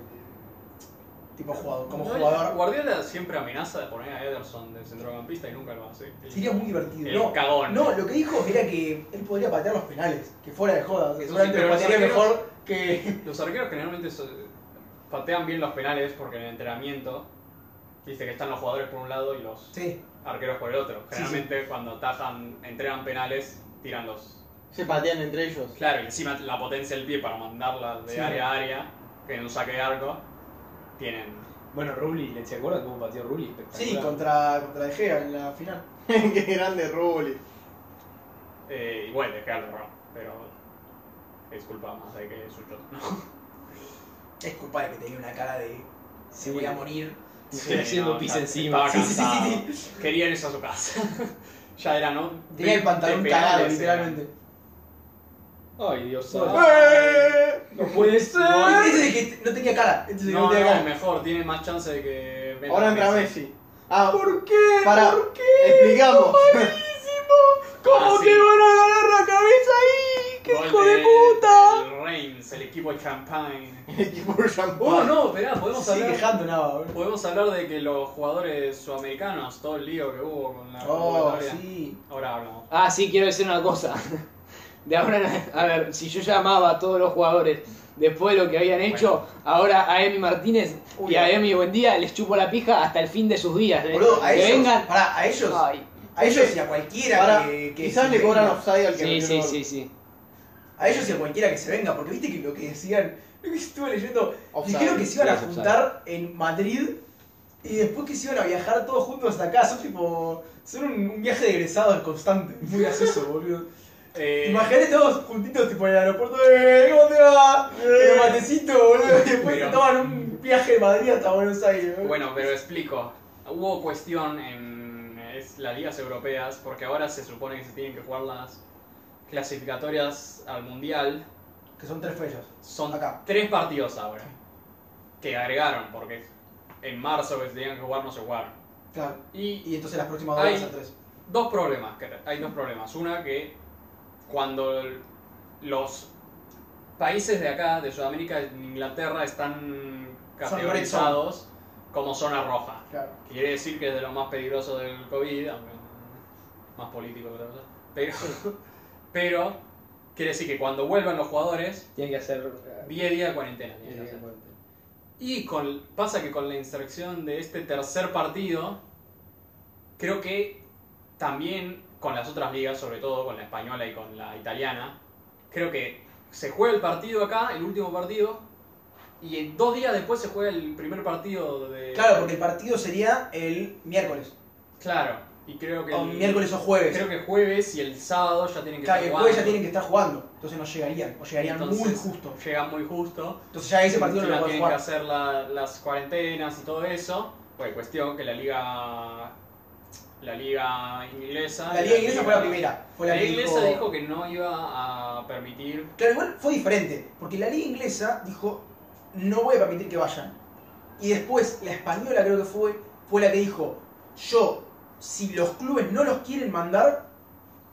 Tipo jugador, como Neuer- jugador. Guardiola siempre amenaza de poner a Ederson de centrocampista y nunca lo hace. Sería muy divertido. El no, cagón. no, lo que dijo era que él podría patear los penales, que fuera de joda. Eso sí, seguramente pero lo patearía los arqueros- mejor que. Los arqueros generalmente so- patean bien los penales porque en el entrenamiento dice que están los jugadores por un lado y los Sí, arqueros por el otro. sí. Generalmente cuando atajan, entrenan penales, tiran los. Se patean entre ellos. Claro, y encima la potencia del pie para mandarla de Sí. área a área, que en un saque de arco, tienen. Bueno, Rulli, ¿se acuerdan cómo pateó Rulli? sí, Espectacular. contra, contra De Gea en la final. Qué grande Rubli. Eh, igual de Gerard, pero. Es culpa más de que es un shot. Es culpa de que tenía una cara de. Se voy a morir. Estoy haciendo ya pis estaba encima. Sí, sí, sí, cansado. sí, Quería irse a su casa. ya era, ¿no? Tenía el pantalón De cagado, penales, literalmente. Ay, Dios Bueno. ay. No puede No, ser. ese es el que no tenía cara. Ese es el que No, no tenía no, cara. mejor, tiene más chance de que. meta Ahora entra Messi. Messi. Ah, ¿Por qué? para. ¿Por qué? Explicamos. ¿Cómo Ah, sí. que van a ganar la cabeza ahí? ¡Qué Gol hijo de del puta! Reims, el equipo de Champagne. El equipo de Jean Oh, Paul. no, esperá, podemos Sí, hablar. quejando nada, boludo. Podemos hablar de que los jugadores sudamericanos, todo el lío que hubo con la Oh, convocatoria. sí. Ahora hablamos. Ah, sí, quiero decir una cosa. De ahora, en- a ver, si yo llamaba a todos los jugadores después de lo que habían hecho, ahora a Emi Martínez Uy, y a no. Emi Buendía les chupo la pija hasta el fin de sus días. ¿eh? Boludo, a que ellos. vengan. Pará, a ellos. Ay, A ellos y a cualquiera Ahora, que, que quizás se le cobran venga. offside al que sí, metió sí, el gol. sí, sí. A ellos y a cualquiera que se venga, porque viste que lo que decían, lo que estuve leyendo, Offside. dijeron que se iban a Sí, es juntar en Madrid y después que se iban a viajar todos juntos hasta acá, son tipo, son un, un viaje de egresados constante, muy gracioso, boludo. Eh, Imagínate todos juntitos tipo en el aeropuerto, ¡eh! ¿Cómo te va? El matecito, boludo, y después Pero- se toman un viaje de Madrid hasta Buenos Aires, boludo. Eh, Bueno, pero explico. Hubo cuestión en es- las ligas europeas, porque ahora se supone que se tienen que jugar las clasificatorias al mundial. Que son tres fechas. Son Acá. tres partidos ahora que agregaron, porque en marzo que se tenían que jugar no se jugaron. Claro. Y Y entonces las próximas dos Ay. van a ser tres. dos problemas, que hay dos problemas. Una que cuando el- los países de acá, de Sudamérica, de Inglaterra, están categorizados como zona roja. Claro. Quiere decir que es de lo más peligroso del COVID, aunque más político que otra cosa. Pero, pero quiere decir que cuando vuelvan los jugadores, Tienen que hacer. eh, 10 días de cuarentena. tienen que hacer. Y con, pasa que con la inserción de este tercer partido, creo que también con las otras ligas, sobre todo con la española y con la italiana, creo que se juega el partido acá, el último partido, y en dos días después se juega el primer partido de... Claro, porque el partido sería el miércoles. Claro, y creo que... O el- miércoles o jueves. Creo que jueves y el sábado ya tienen que Claro, y el estar jueves ya jugando. tienen que estar jugando. Entonces no llegarían. O llegarían muy Entonces, justo. Llegan muy justo. Entonces ya ese partido no Encima lo tienen pueden que jugar. hacer la- las cuarentenas y todo eso. Pues cuestión que la liga la liga inglesa La liga inglesa fue la primera. Fue la, La que liga inglesa dijo- dijo que no iba a permitir Claro, igual fue diferente, porque la liga inglesa dijo, no voy a permitir que vayan. Y después la española creo que fue, fue la que dijo, yo, si los clubes no los quieren mandar,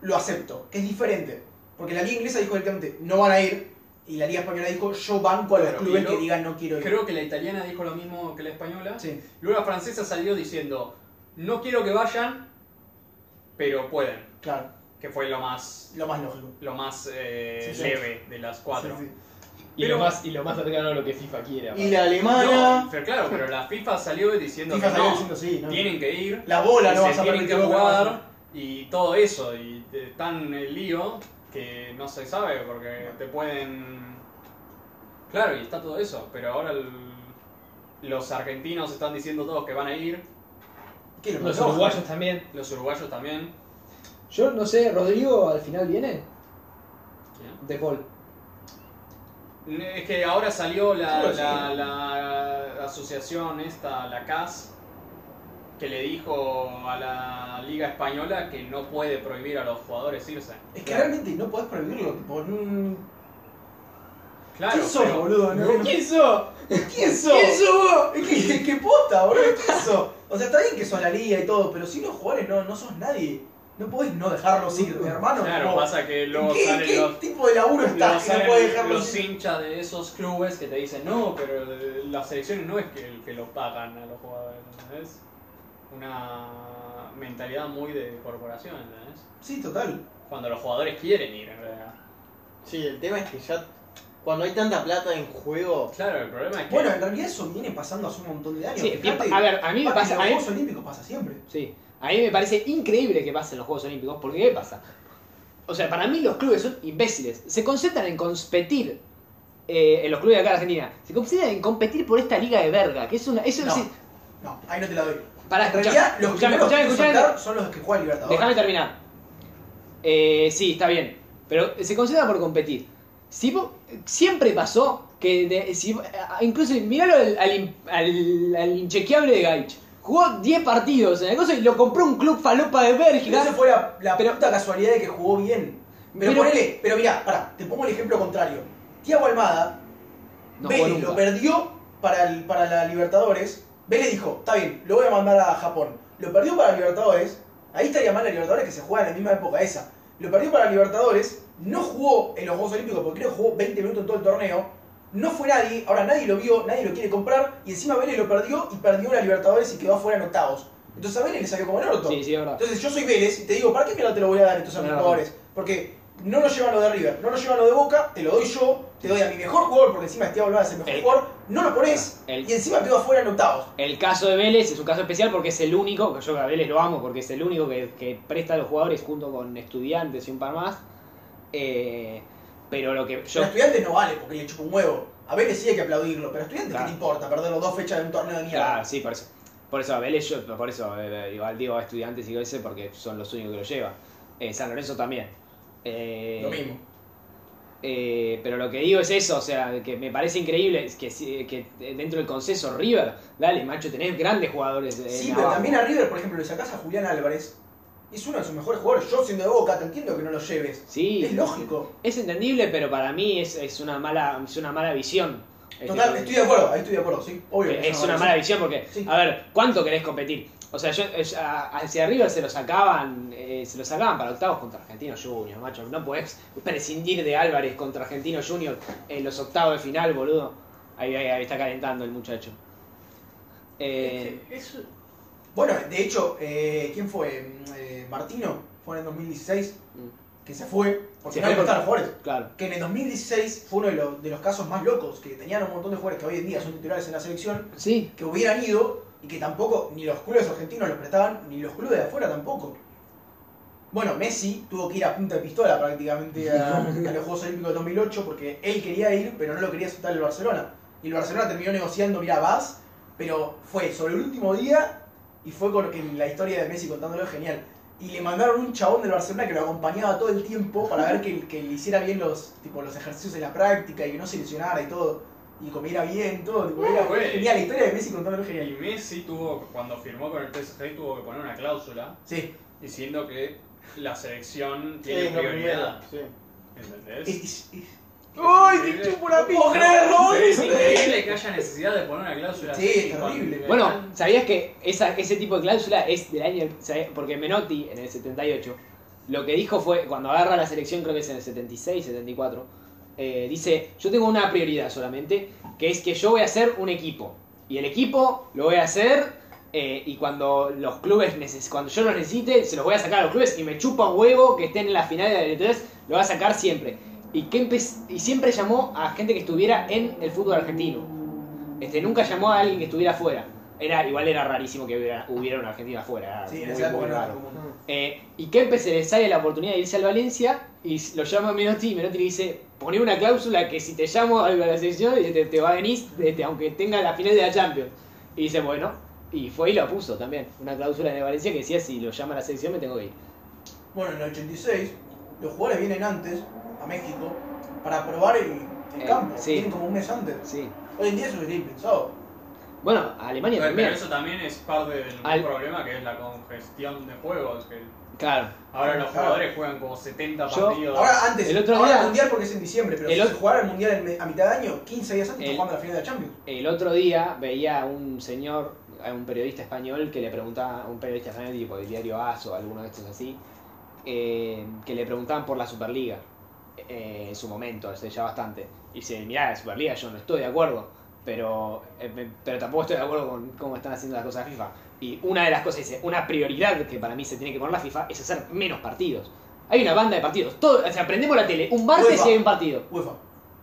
lo acepto, que es diferente. Porque la liga inglesa dijo directamente, no van a ir, y la liga española dijo, yo banco a los Claro, y clubes no- que digan no quiero ir. creo que la italiana dijo lo mismo que la española Sí. luego la francesa salió diciendo no quiero que vayan pero pueden Claro, que fue lo más lo más lógico. lo más eh, Sí, sí. leve de las cuatro Sí, sí. Y, Pero- lo más, y lo más cercano a lo que FIFA quiere. Y aparte. la No, alemana. pero claro pero la FIFA salió diciendo FIFA que salió no, diciendo, sí, no. tienen que ir La bola y no se vas a tienen que permitir que jugar y todo eso y eh, tan el lío que no se sabe porque te pueden claro y está todo eso pero ahora el- los argentinos están diciendo todos que van a ir ¿Qué, lo Los mandó? uruguayos también. los uruguayos también Yo no sé, Rodrigo al final viene. De Paul. es que ahora salió la, Sí, sí. la- la asociación esta la CAS que le dijo a la liga española que no puede prohibir a los jugadores irse Es que realmente no podés prohibirlo, tipo, mm, claro ¿Quién sos, pero- boludo? No, no. ¿Quién sos? ¿Quién sos? ¿Quién sos vos? ¿Qué, qué, qué posta, boludo? ¿Quién sos? O sea, está bien que sos la liga y todo, pero si no jugadores no, no sos nadie. No podés no dejarlos ir, mi hermano. Claro, tipo, pasa que luego ¿Qué, salen qué los, tipo de laburo luego estás que no salen podés dejarlos los ir? hinchas de esos clubes que te dicen no, pero eh, las selecciones no es que el que lo pagan a los jugadores, ¿entendés? Una mentalidad muy de corporación, ¿entendés? Sí, total. Cuando los jugadores quieren ir, en realidad. Sí, el tema es que ya. Cuando hay tanta plata en juego. Claro, el problema es que Bueno, en realidad eso viene pasando hace un montón de años. Sí, fíjate. a ver, a mí me Papi, pasa- En los a mí- Juegos Olímpicos pasa siempre. Sí. A mí me parece increíble que pasen los Juegos Olímpicos, porque ¿qué pasa? O sea, para mí los clubes son imbéciles. Se concentran en competir. eh, en los clubes de acá de Argentina. Se concentran en competir por esta liga de verga. Que es una. Eso No. es- No, ahí no te la doy. Pará, En realidad, los Ah, escuchame, primeros escuchame, que escuchame. saltar son los que juegan Libertadores. Déjame terminar. Eh, sí, está bien. Pero se concentra por competir. Si vo- siempre pasó que. de- si- a- incluso, miralo al, al in- al- al inchequeable de Gaich. Jugó 10 partidos en el coso y lo compró un club falopa de Pero Bélgica. Esa fue la, la Pero- puta casualidad de que jugó bien. Pero, Pero- ponele, pero mirá, pará, te pongo el ejemplo contrario. Tiago Almada, No jugó Vélez lo nunca. perdió para, el- para la Libertadores. Vélez dijo, está bien, lo voy a mandar a Japón. Lo perdió para Libertadores. Ahí estaría mal la Libertadores que se juega en la misma época esa. Lo perdió para Libertadores. No jugó en los Juegos Olímpicos porque creo que jugó 20 minutos en todo el torneo. No fue nadie. Ahora nadie lo vio, nadie lo quiere comprar. Y encima Vélez lo perdió y perdió la Libertadores y quedó afuera en octavos. Entonces a Vélez le salió como el orto. Sí, sí, es verdad. Entonces yo soy Vélez y te digo, ¿para qué mierda te lo voy a dar entonces a mis Claro. jugadores? Porque no lo llevan lo de River, no lo llevan lo de Boca, te lo doy yo, te doy a mi mejor jugador, porque encima Estiago Almada es el mejor El- jugador, no lo pones El- y encima quedó afuera en octavos. El caso de Vélez es un caso especial porque es el único, que yo a Vélez lo amo, porque es el único que, que presta a los jugadores junto con estudiantes y un par más. Eh, pero lo que yo. Pero a estudiantes no vale porque le chupa un huevo. A Vélez sí hay que aplaudirlo, pero a estudiantes Claro. qué te importa perder los dos fechas de un torneo de mierda. Claro, Ah, sí, por eso. Por eso a Vélez, yo, por eso eh, igual digo a estudiantes y ese porque son los únicos que lo llevan. Eh, San Lorenzo también. Eh, Lo mismo. eh, pero lo que digo es eso, o sea, que me parece increíble es que, si- que dentro del conceso River, dale, macho, tenés grandes jugadores. en Sí, pero abajo. también a River, por ejemplo, le sacás a Julián Álvarez. Es uno de sus mejores jugadores. Yo siendo de Boca te entiendo que no lo lleves. Sí, Es lógico. es entendible, pero para mí es, es una mala es una mala visión. Total, Este, estoy de acuerdo, ahí estoy de acuerdo, sí. Obvio. que es una mala visión porque, Sí. a ver, ¿cuánto querés competir? O sea, yo, eh, a- hacia arriba se lo sacaban, eh, se lo sacaban para octavos contra Argentinos Juniors, macho. No podés prescindir de Álvarez contra Argentinos Juniors en los octavos de final, boludo. Ahí, ahí, ahí está calentando el muchacho. Eh, Es que eso- Bueno, de hecho, eh, ¿quién fue? Mm, eh, Martino fue en el 2016, Mm. que se fue porque Se no fue le por- gustaron jugadores. Claro. Que en el 2016 fue uno de los, de los casos más locos, que tenían un montón de jugadores que hoy en día son titulares en la selección, Sí, que hubieran ido y que tampoco ni los clubes argentinos los prestaban, ni los clubes de afuera tampoco. Bueno, Messi tuvo que ir a punta de pistola prácticamente a, a los Juegos Olímpicos de 2008 porque él quería ir, pero no lo quería aceptar el Barcelona. Y el Barcelona terminó negociando, mira, vas, pero fue sobre el último día y fue con que la historia de Messi contándolo es genial. Y le mandaron un chabón del Barcelona que lo acompañaba todo el tiempo para ver que, que le hiciera bien los, tipo, los ejercicios en la práctica y que no se lesionara y todo. Y comiera bien, todo. tipo, era güey. genial, la historia de Messi contándolo es Y genial. Messi tuvo, cuando firmó con el PSG, tuvo que poner una cláusula Sí. diciendo que la selección tiene Sí, no prioridad. primero. Sí. ¿Entendés? Es- es- es- ¡Ay, te chupo la pinta! Es increíble que haya necesidad de poner una cláusula Sí, así. es cuando- horrible. Bueno, ¿sabías que esa- ese tipo de cláusula es del año... ¿sabías? Porque Menotti, en el 78, lo que dijo fue, cuando agarra la selección, creo que es en el 76, 74, eh, dice, yo tengo una prioridad solamente, que es que yo voy a hacer un equipo. Y el equipo lo voy a hacer eh, y cuando los clubes neces- cuando yo los necesite, se los voy a sacar a los clubes y me chupa un huevo que estén en la final de la Libertadores, lo voy a sacar siempre. Y, que empe- y siempre llamó a gente que estuviera en el fútbol argentino. Este, nunca llamó a alguien que estuviera afuera. Era, igual era rarísimo que hubiera, hubiera un argentino afuera. era Sí, en muy, esa época muy no era raro. común. Eh, y Kempe se le sale la oportunidad de irse al Valencia y s- lo llama a Menotti y Menotti le dice, poné una cláusula que si te llamo a la selección y te, te va a venir, este, aunque tenga la final de la Champions. Y dice, bueno, y fue y lo puso también, una cláusula de Valencia que decía, si lo llama a la selección me tengo que ir. Bueno, en el 86, los jugadores vienen antes a México para probar el, el Eh, campo. sí. Vienen como un mes antes. Sí. Hoy en día eso sería impensado. Bueno, a Alemania Pero también. eso también es parte del Al- problema que es la congestión de juegos. Que Claro. ahora los Claro. jugadores juegan como 70 Yo- partidos. Ahora antes, El otro ahora día- el mundial porque es en diciembre, pero El si otro- se jugara el mundial en me- a mitad de año, 15 días antes, El- está jugando la final de la Champions. El otro día veía a un señor, a un periodista español, que le preguntaba, a un periodista español tipo del diario AS o alguno de estos así, eh, que le preguntaban por la Superliga eh, en su momento, hace ya bastante. Y dice, mirá, la Superliga yo no estoy de acuerdo, pero, eh, me- pero tampoco estoy de acuerdo con cómo están haciendo las cosas la FIFA. Y una de las cosas, dice, una prioridad que para mí se tiene que poner la FIFA es hacer menos partidos. Hay una banda de partidos, todo, o sea, prendemos la tele, un martes UEFA. y hay un partido. UEFA.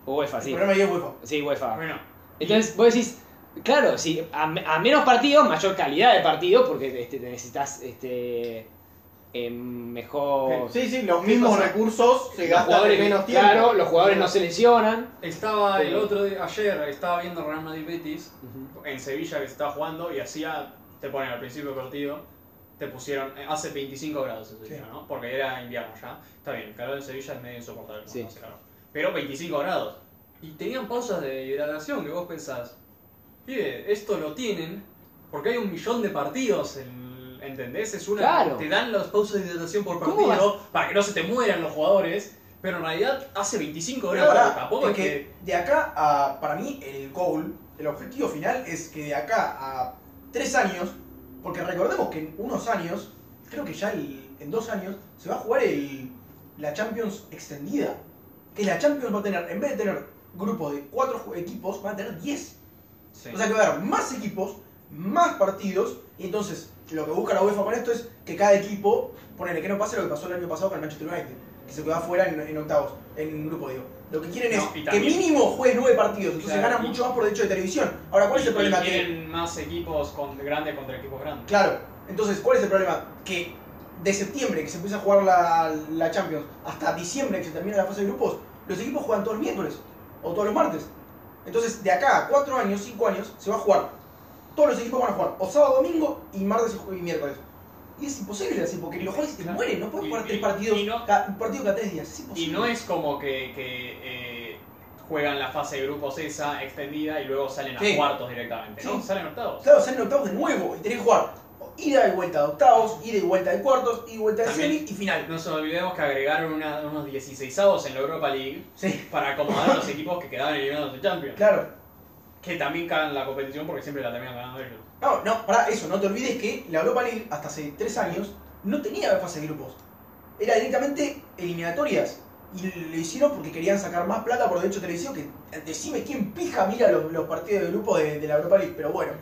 O UEFA, El sí. problema ahí es UEFA. Sí, UEFA. Bueno, Entonces vos decís, claro, si a, me- a menos partidos, mayor calidad de partido, porque este, necesitas este, em, mejor. Sí, sí, los mismos pasa? recursos se los gastan en jugadores- menos tiempo. Claro, los jugadores no se lesionan. estaba el Pero- otro día, ayer, estaba viendo Real Madrid Betis en Sevilla que se estaba jugando y hacía, te ponen al principio del partido, te pusieron, eh, hace 25 grados en Sevilla, Sí. ¿no? Porque era invierno ya. Está bien, el calor en Sevilla es medio insoportable. cuando Sí. hace calor. Pero 25 grados. Y tenían pausas de hidratación que vos pensás, pibe, esto lo tienen porque hay un millón de partidos en- ¿Entendés? Es una. Claro. Te dan las pausas de hidratación por ¿Cómo partido para que no se te mueran los jugadores, pero en realidad hace 25 Pero grados. pará, tampoco es que de acá a. Para mí, el goal, el objetivo final es que de acá a tres años, porque recordemos que en unos años, creo que ya el- en dos años, se va a jugar el, la Champions extendida. Que la Champions va a tener, en vez de tener grupo de cuatro ju- equipos, va a tener diez. Sí. O sea que va a haber más equipos, más partidos, y entonces lo que busca la UEFA con esto es que cada equipo, ponele que no pase lo que pasó el año pasado con el Manchester United, que se quedó afuera en, en octavos, en grupo, digo. Lo que quieren No, y es que también- mínimo juegue nueve partidos, entonces Claro, ganan y- mucho más por derecho de televisión. Ahora, ¿cuál es el Y problema? Que- Tienen más equipos con, grandes contra equipos grandes. Claro, entonces, ¿cuál es el problema? Que de septiembre, que se empieza a jugar la, la Champions, hasta diciembre, que se termina la fase de grupos, los equipos juegan todos los miércoles o todos los martes. Entonces, de acá a cuatro años, cinco años, se va a jugar. Todos los equipos van a jugar o sábado, domingo y martes y jue- y miércoles. Y es imposible así, porque los jugadores se te Claro. mueren, no puedes Y- jugar y- tres partidos, y no- ca- un partido cada tres días, es Y imposible. no es como que, que, eh, juegan la fase de grupos esa extendida y luego salen a Sí. cuartos directamente, ¿no? Sí. Salen octavos. Claro, salen octavos de nuevo y tenés que jugar ida y vuelta de octavos, ida y vuelta de cuartos, ida y vuelta de También- semis y final. No nos olvidemos que agregaron una- unos 16avos en la Europa League Sí, para acomodar a los equipos que quedaban eliminados de Champions. claro. Que también cagan la competición porque siempre la terminan ganando ellos. No, no, pará, eso, no te olvides que la Europa League hasta hace tres años no tenía fase de grupos. Era directamente eliminatorias. Y lo hicieron porque querían sacar más plata por derecho de televisión que decime quién pija mira los, los partidos de grupo de, de la Europa League, pero bueno.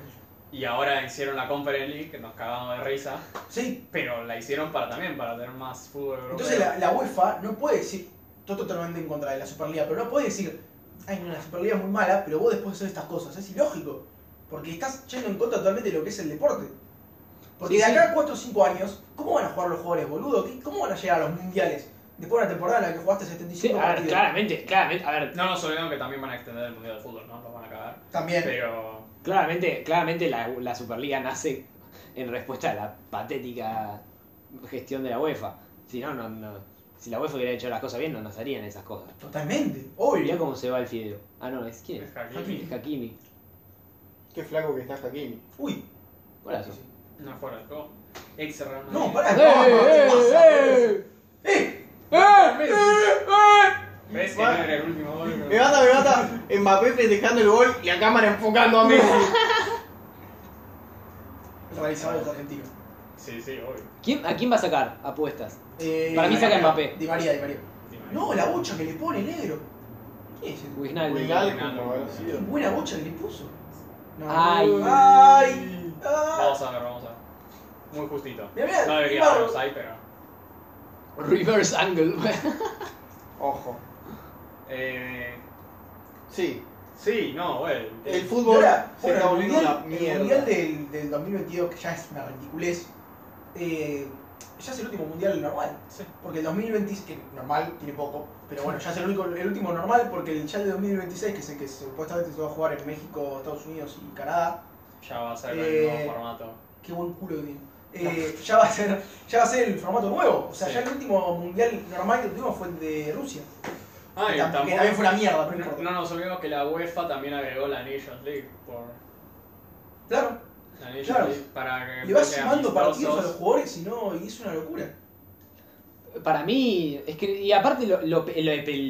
y ahora hicieron la Conference League, que nos cagamos de risa, Sí. pero la hicieron para también, para tener más fútbol europeo. Entonces la, la UEFA no puede decir, estoy totalmente en contra de la Superliga, pero no puede decir, ay, no, la Superliga es muy mala, pero vos después hacer estas cosas. Es ilógico, porque estás yendo en contra totalmente de lo que es el deporte. Porque Sí, de sí. acá a 4 o 5 años, ¿cómo van a jugar los jugadores, boludo? ¿Qué- ¿Cómo van a llegar a los mundiales? Después de una temporada en la que jugaste 75 Sí, a ver, partidos. claramente, claramente, a ver, No nos olvidemos que también van a extender el Mundial de Fútbol, ¿no? Lo van a cagar. También. Pero claramente, claramente la, la Superliga nace en respuesta a la patética gestión de la UEFA. Si no, no, no. Si la UEFA hubiera hecho las cosas bien, no nacerían esas cosas. Totalmente, Mirá obvio. cómo se va el fideo. Ah, no, es quién es. es Hakimi. Es Hakimi. Qué flaco que estás aquí. Uy, Golazo. No es fuera de juego. Ex Real Madrid. no, pará, Ah, ¡Eh, no, no, ¿qué pasa, eh, boludo? ¡Eh! Messi. ¿Ves? que no era el último gol. pero- Me mata, me mata. Mbappé festejando el gol y la cámara enfocando a Messi. Realizadores argentinos. Sí, sí, obvio. ¿Quién- ¿A quién va a sacar apuestas? Eh, Para mí saca Mbappé. Di María, Di María. Dime. No, la bocha que le pone negro. ¿Qué es eso? Wijnaldum. Wijnaldum, habrá sido. Qué buena bocha que le puso. Ay. Ay. Ah. Vamos a ver, vamos a ver. Muy justito. Mirá, mirá, No debería Ibarra. ser offside, pero. Reverse angle. Ojo. Eh, Sí. sí, no, güey. El Y fútbol ahora, se está bueno, Eh, el volviendo una mundial, el mundial mierda. del, del 2022, que ya es una ridiculez, eh, ya es el último mundial normal. Sí. Porque el 2026, que normal tiene poco, pero bueno, ya es el, único- el último normal, porque el ya el 2026, que es el que supuestamente se va a jugar en México, Estados Unidos y Canadá, Ya va a ser Eh, el nuevo formato. Qué buen culo que tiene. Eh, ya, va a ser, ya va a ser el formato nuevo. O sea, Sí. ya el último mundial normal que tuvimos fue el de Rusia. Ah, y que tam- que también fue tampoco. una mierda, pero no No, importa. no nos olvidemos que la UEFA también agregó la Nations League por. Claro, La Nations Claro. League para que. le vas porque sumando partidos a los amistosos- jugadores y, no, y es una locura. Para mí, es que, y aparte lo- lo- lo- el,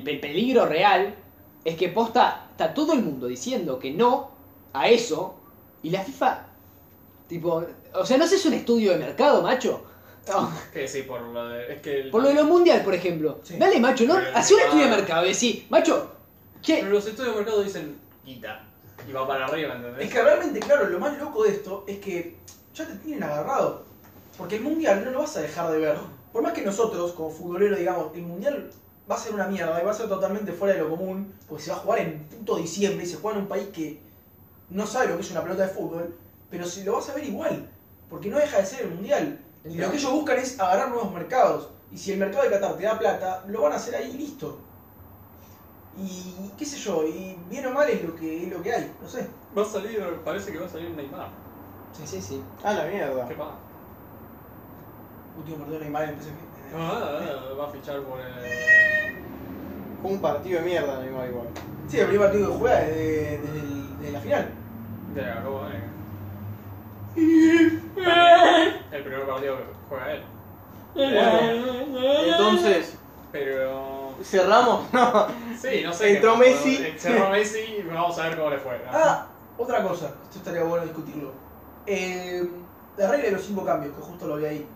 el peligro real es que posta, está todo el mundo diciendo que no a eso y la FIFA, tipo, o sea, no sé, es un estudio de mercado, macho. No, Que sí, por lo de. Es que. el- por lo de los mundial, por ejemplo. Sí. Dale, macho, no, Pero el hace un mercado- estudio de mercado y decís, macho, Pero che, los estudios de mercado dicen quita. Y va para arriba, ¿entendés? Es que realmente, claro, lo más loco de esto es que ya te tienen agarrado. Porque el mundial no lo vas a dejar de ver. Por más que nosotros, como futboleros, digamos, el mundial va a ser una mierda y va a ser totalmente fuera de lo común, porque se va a jugar en puto diciembre y se juega en un país que no sabe lo que es una pelota de fútbol, pero si lo vas a ver igual, porque no deja de ser el mundial. Y lo que ellos buscan es agarrar nuevos mercados. Y si el mercado de Qatar te da plata, lo van a hacer ahí y listo. Y qué sé yo, y bien o mal es lo que, es lo que hay, no sé. Va a salir, parece que va a salir Neymar. Sí, sí, sí. A la mierda. ¿Qué pasa? Último partido de Neymar eh, en el PSG. Ah, va a fichar por el. Fue un partido de mierda, Neymar igual. Sí, el primer partido que juega desde, desde el- desde la final. De la Copa América. El primer partido que juega él. Eh. Entonces, Pero. cerramos. No. Sí, no sé. Entró qué pasó. Messi. Entró Messi y vamos a ver cómo le fue. Ah, otra cosa, esto estaría bueno discutirlo. Eh, la regla de los cinco cambios, que justo lo vi ahí.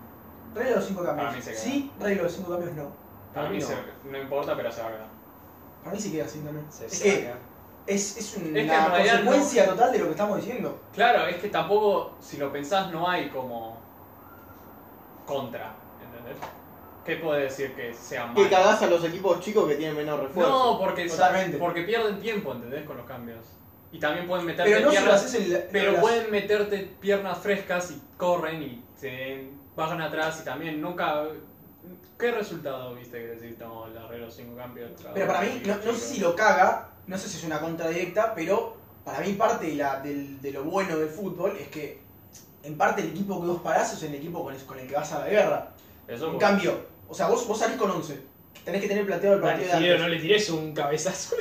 Regla de los cinco cambios. Para mí se queda. sí, regla de los cinco cambios no. Para mí no. se- no importa, pero se va a quedar. Para mí se queda así también. Se- es se va a que quedar. es, es una en realidad no- consecuencia total de lo que estamos diciendo. Claro, es que tampoco, si lo pensás, no hay como. contra. ¿Entendés? ¿Qué puede decir que sea malo? Que cagás a los equipos chicos que tienen menos refuerzo. No, porque, Totalmente. porque pierden tiempo, ¿entendés? Con los cambios. Y también pueden meterte Pero no se lo piernas. haces el. pero las- pueden meterte piernas frescas y corren y se bajan atrás y también nunca. ¿Qué resultado viste que decís, no, la regla de los cinco cambios? Pero para mí, no, no sé si lo caga, no sé si es una contra directa, pero para mí parte de, la, del- de lo bueno del fútbol es que en parte el equipo que vos parás es el equipo con el, con el que vas a la guerra. Eso En porque- cambio, o sea, vos, vos salís con 11, tenés que tener planteado el partido de Fideo, no antes. le tires un cabezazo.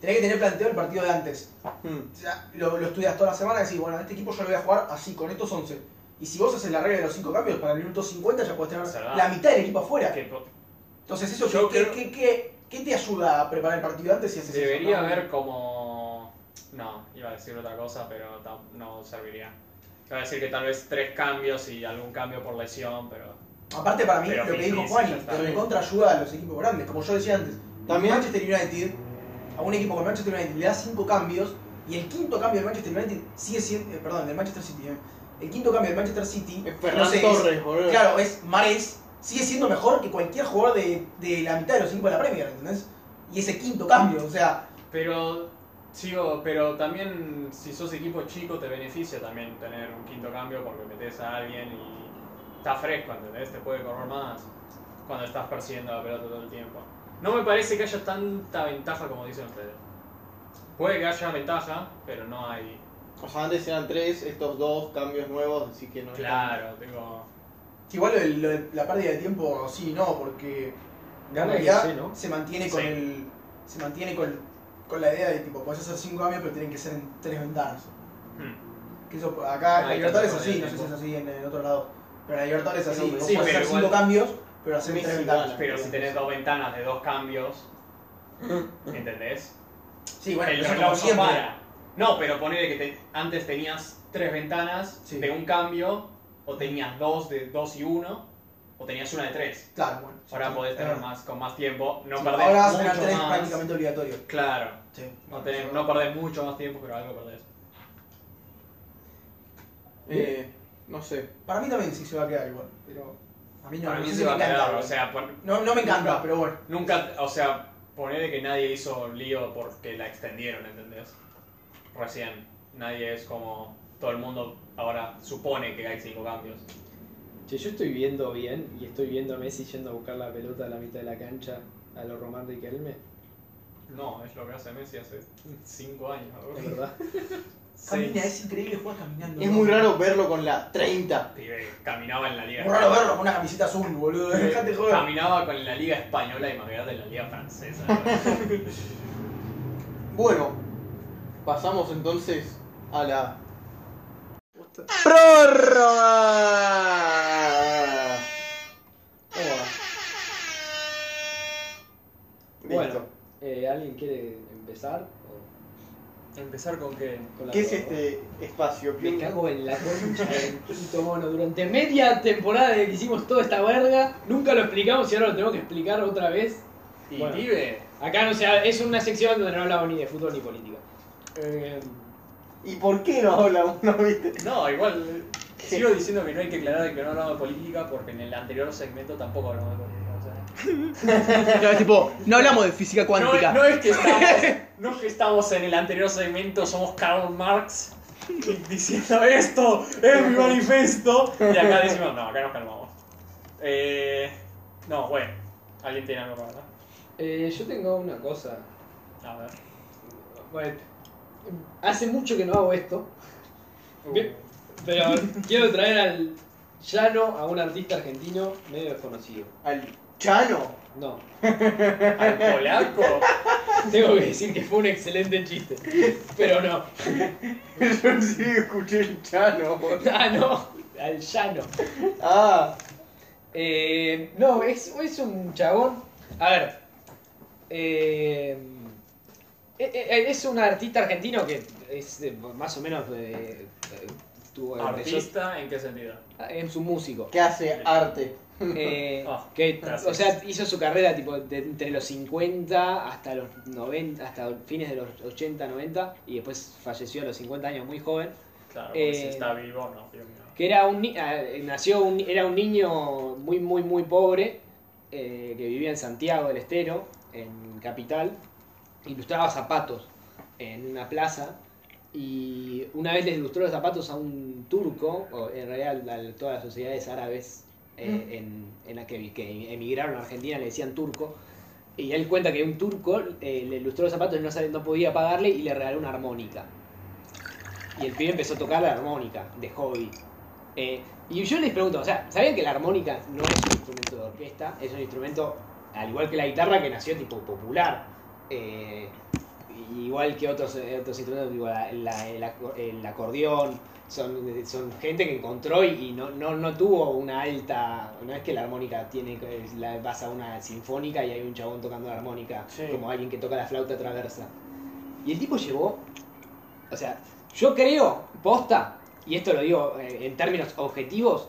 Tenés que tener planteado el partido de antes. Mm. O sea, lo, lo estudias toda la semana y decís, bueno, este equipo yo lo voy a jugar así, con estos 11. Y si vos haces la regla de los 5 cambios, para el minuto 50 ya podés tener Cerrado. la mitad del equipo afuera. que po- Entonces, eso Yo ¿qué, creo- qué- qué- qué te ayuda a preparar el partido antes si haces eso? debería No, haber como. No, iba a decir otra cosa, pero tam- no serviría. Iba a decir que tal vez tres cambios y algún cambio por lesión, pero. Aparte para mí, Pero lo que sí, dijo sí, Juan, ya está. pero en contra ayuda a los equipos grandes, como yo decía antes. También- Manchester United, a un equipo como Manchester United le da cinco cambios Y el quinto cambio del Manchester United sigue siendo. eh, perdón, del Manchester City. eh. El quinto cambio del Manchester City. Es Ferran no sé, es- Torres, boludo. claro, es Mares. Sigue siendo mejor que cualquier jugador de, de la mitad de los cinco de la Premier, ¿entendés? Y ese quinto cambio, o sea. Pero sigo, pero también si sos equipo chico te beneficia también tener un quinto cambio porque metes a alguien y está fresco, ¿entendés? Te puede correr más cuando estás persiguiendo la pelota todo el tiempo. No me parece que haya tanta ventaja como dicen ustedes. Puede que haya ventaja, pero no hay. O sea, antes eran tres, estos dos cambios nuevos, así que no. es Claro, tengo. Igual lo de, lo de la pérdida de tiempo, sí, no, porque. En Gana y realidad, sí, ¿no? se mantiene con Sí. el. Se mantiene con, con la idea de tipo, podés hacer cinco cambios, pero tienen que ser en tres ventanas. Hmm. Que eso, acá en la Ahí Libertadores es está, así, por no el sé si es tiempo. así en el otro lado. Pero en la Libertadores es así, Sí, vos sí, podés pero hacer igual- cinco cambios, pero hacer Messi tres ventanas. Pero si tenés dos ventanas de dos cambios, ¿entendés? Sí, bueno, El pero reloj como no siempre. para. No, pero ponele que te- antes tenías tres ventanas Sí. de un cambio, o tenías dos de dos y uno, o tenías una de tres. Claro, bueno. sí, Ahora sí, podés es tener verdad. más, con más tiempo, no Sí, perdés Ahora vas a mucho tener tres más. prácticamente obligatorio. Claro, Sí. no, bueno, tenés- eso- no perdés mucho más tiempo, pero algo perdés. como- Eh, no sé. Para mí también sí se va a quedar igual, pero. A mí no, Para no mí sé se si va a me encanta, quedar, o boludo. sea, pon- No, no me encanta, pero bueno. nunca, o sea, ponele que nadie hizo lío porque la extendieron, ¿entendés? Recién, nadie es como, todo el mundo ahora supone que hay cinco cambios. Che, yo estoy viendo bien y estoy viendo a Messi yendo a buscar la pelota a la mitad de la cancha a lo Román Riquelme, No, es lo que hace Messi hace 5 años. ¿no? es verdad. Camina, Seis. es increíble jugar caminando. Es muy raro verlo con la 30. Pibe, eh, Caminaba en la liga. Muy raro verlo con una camiseta azul, boludo. eh. Dejate de joder. Caminaba con la liga española y más grande en la liga francesa. ¿no? Bueno, pasamos entonces a la. ¡Prórroga! Oh. Listo. Bueno, eh, ¿alguien quiere empezar? ¿O Empezar con que con la ¿Qué es prórroga? este espacio? Me cago en la concha del quinto mono. Durante media temporada de que hicimos toda esta verga, nunca lo explicamos y ahora lo tengo que explicar otra vez. Y Bueno. pibe, Acá no sea, es una sección donde no hablamos ni de fútbol ni política. Eh, ¿Y por qué no habla uno, viste? no, igual eh, sigo diciendo que no hay que aclarar que no hablamos de política porque en el anterior segmento tampoco hablamos de política. o sea. Claro, es tipo, no hablamos de física no, es- cuántica. no es que estamos, no es que estamos en el anterior segmento, somos Karl Marx diciendo esto es mi manifesto. Y acá decimos, no, acá nos calmamos. Eh, no, bueno, alguien tiene algo para hablar? eh, yo tengo una cosa. A ver. Bueno, hace mucho que no hago esto, Bien. pero quiero traer al llano a un artista argentino medio desconocido. Al Chano. No, Al polaco. tengo que decir que fue un excelente chiste, pero no. Yo sí escuché el Chano. Ah, no, al llano. Ah, Eh, no, es, es un chabón. A ver. eh, eh, eh, es un artista argentino que es eh, más o menos. eh, tuvo- empezó- ¿Artista en qué sentido? es un músico. ¿qué hace arte? Eh, Ah, que, gracias. o sea, hizo su carrera tipo de entre los 50 hasta los 90, hasta fines de los 80, 90 y después falleció a los 50 años muy joven. Claro, porque si Eh, está vivo, no. Dios mío. que era un ni- ah, nació un, era un niño muy muy muy pobre eh, que vivía en Santiago del Estero en capital ilustraba zapatos en una plaza y una vez les ilustró los zapatos a un turco o en realidad a todas las sociedades árabes eh, en, en la que, que emigraron a Argentina le decían turco y él cuenta que un turco eh, le ilustró los zapatos y no, sabe- no podía pagarle y le regaló una armónica y el pibe empezó a tocar la armónica de hobby. Eh, y yo les pregunto, o sea, ¿sabían que la armónica no es un instrumento de orquesta? Es un instrumento, al igual que la guitarra, que nació tipo popular. Eh, igual que otros, eh, otros instrumentos, tipo la- la- el, aco- el acordeón. Son, son gente que encontró y, y no, no, no tuvo una alta. No es que la armónica tiene que- la, vas a una sinfónica y hay un chabón tocando la armónica, Sí. como alguien que toca la flauta traversa. Y el tipo llevó. O sea, yo creo, posta, y esto lo digo eh, en términos objetivos,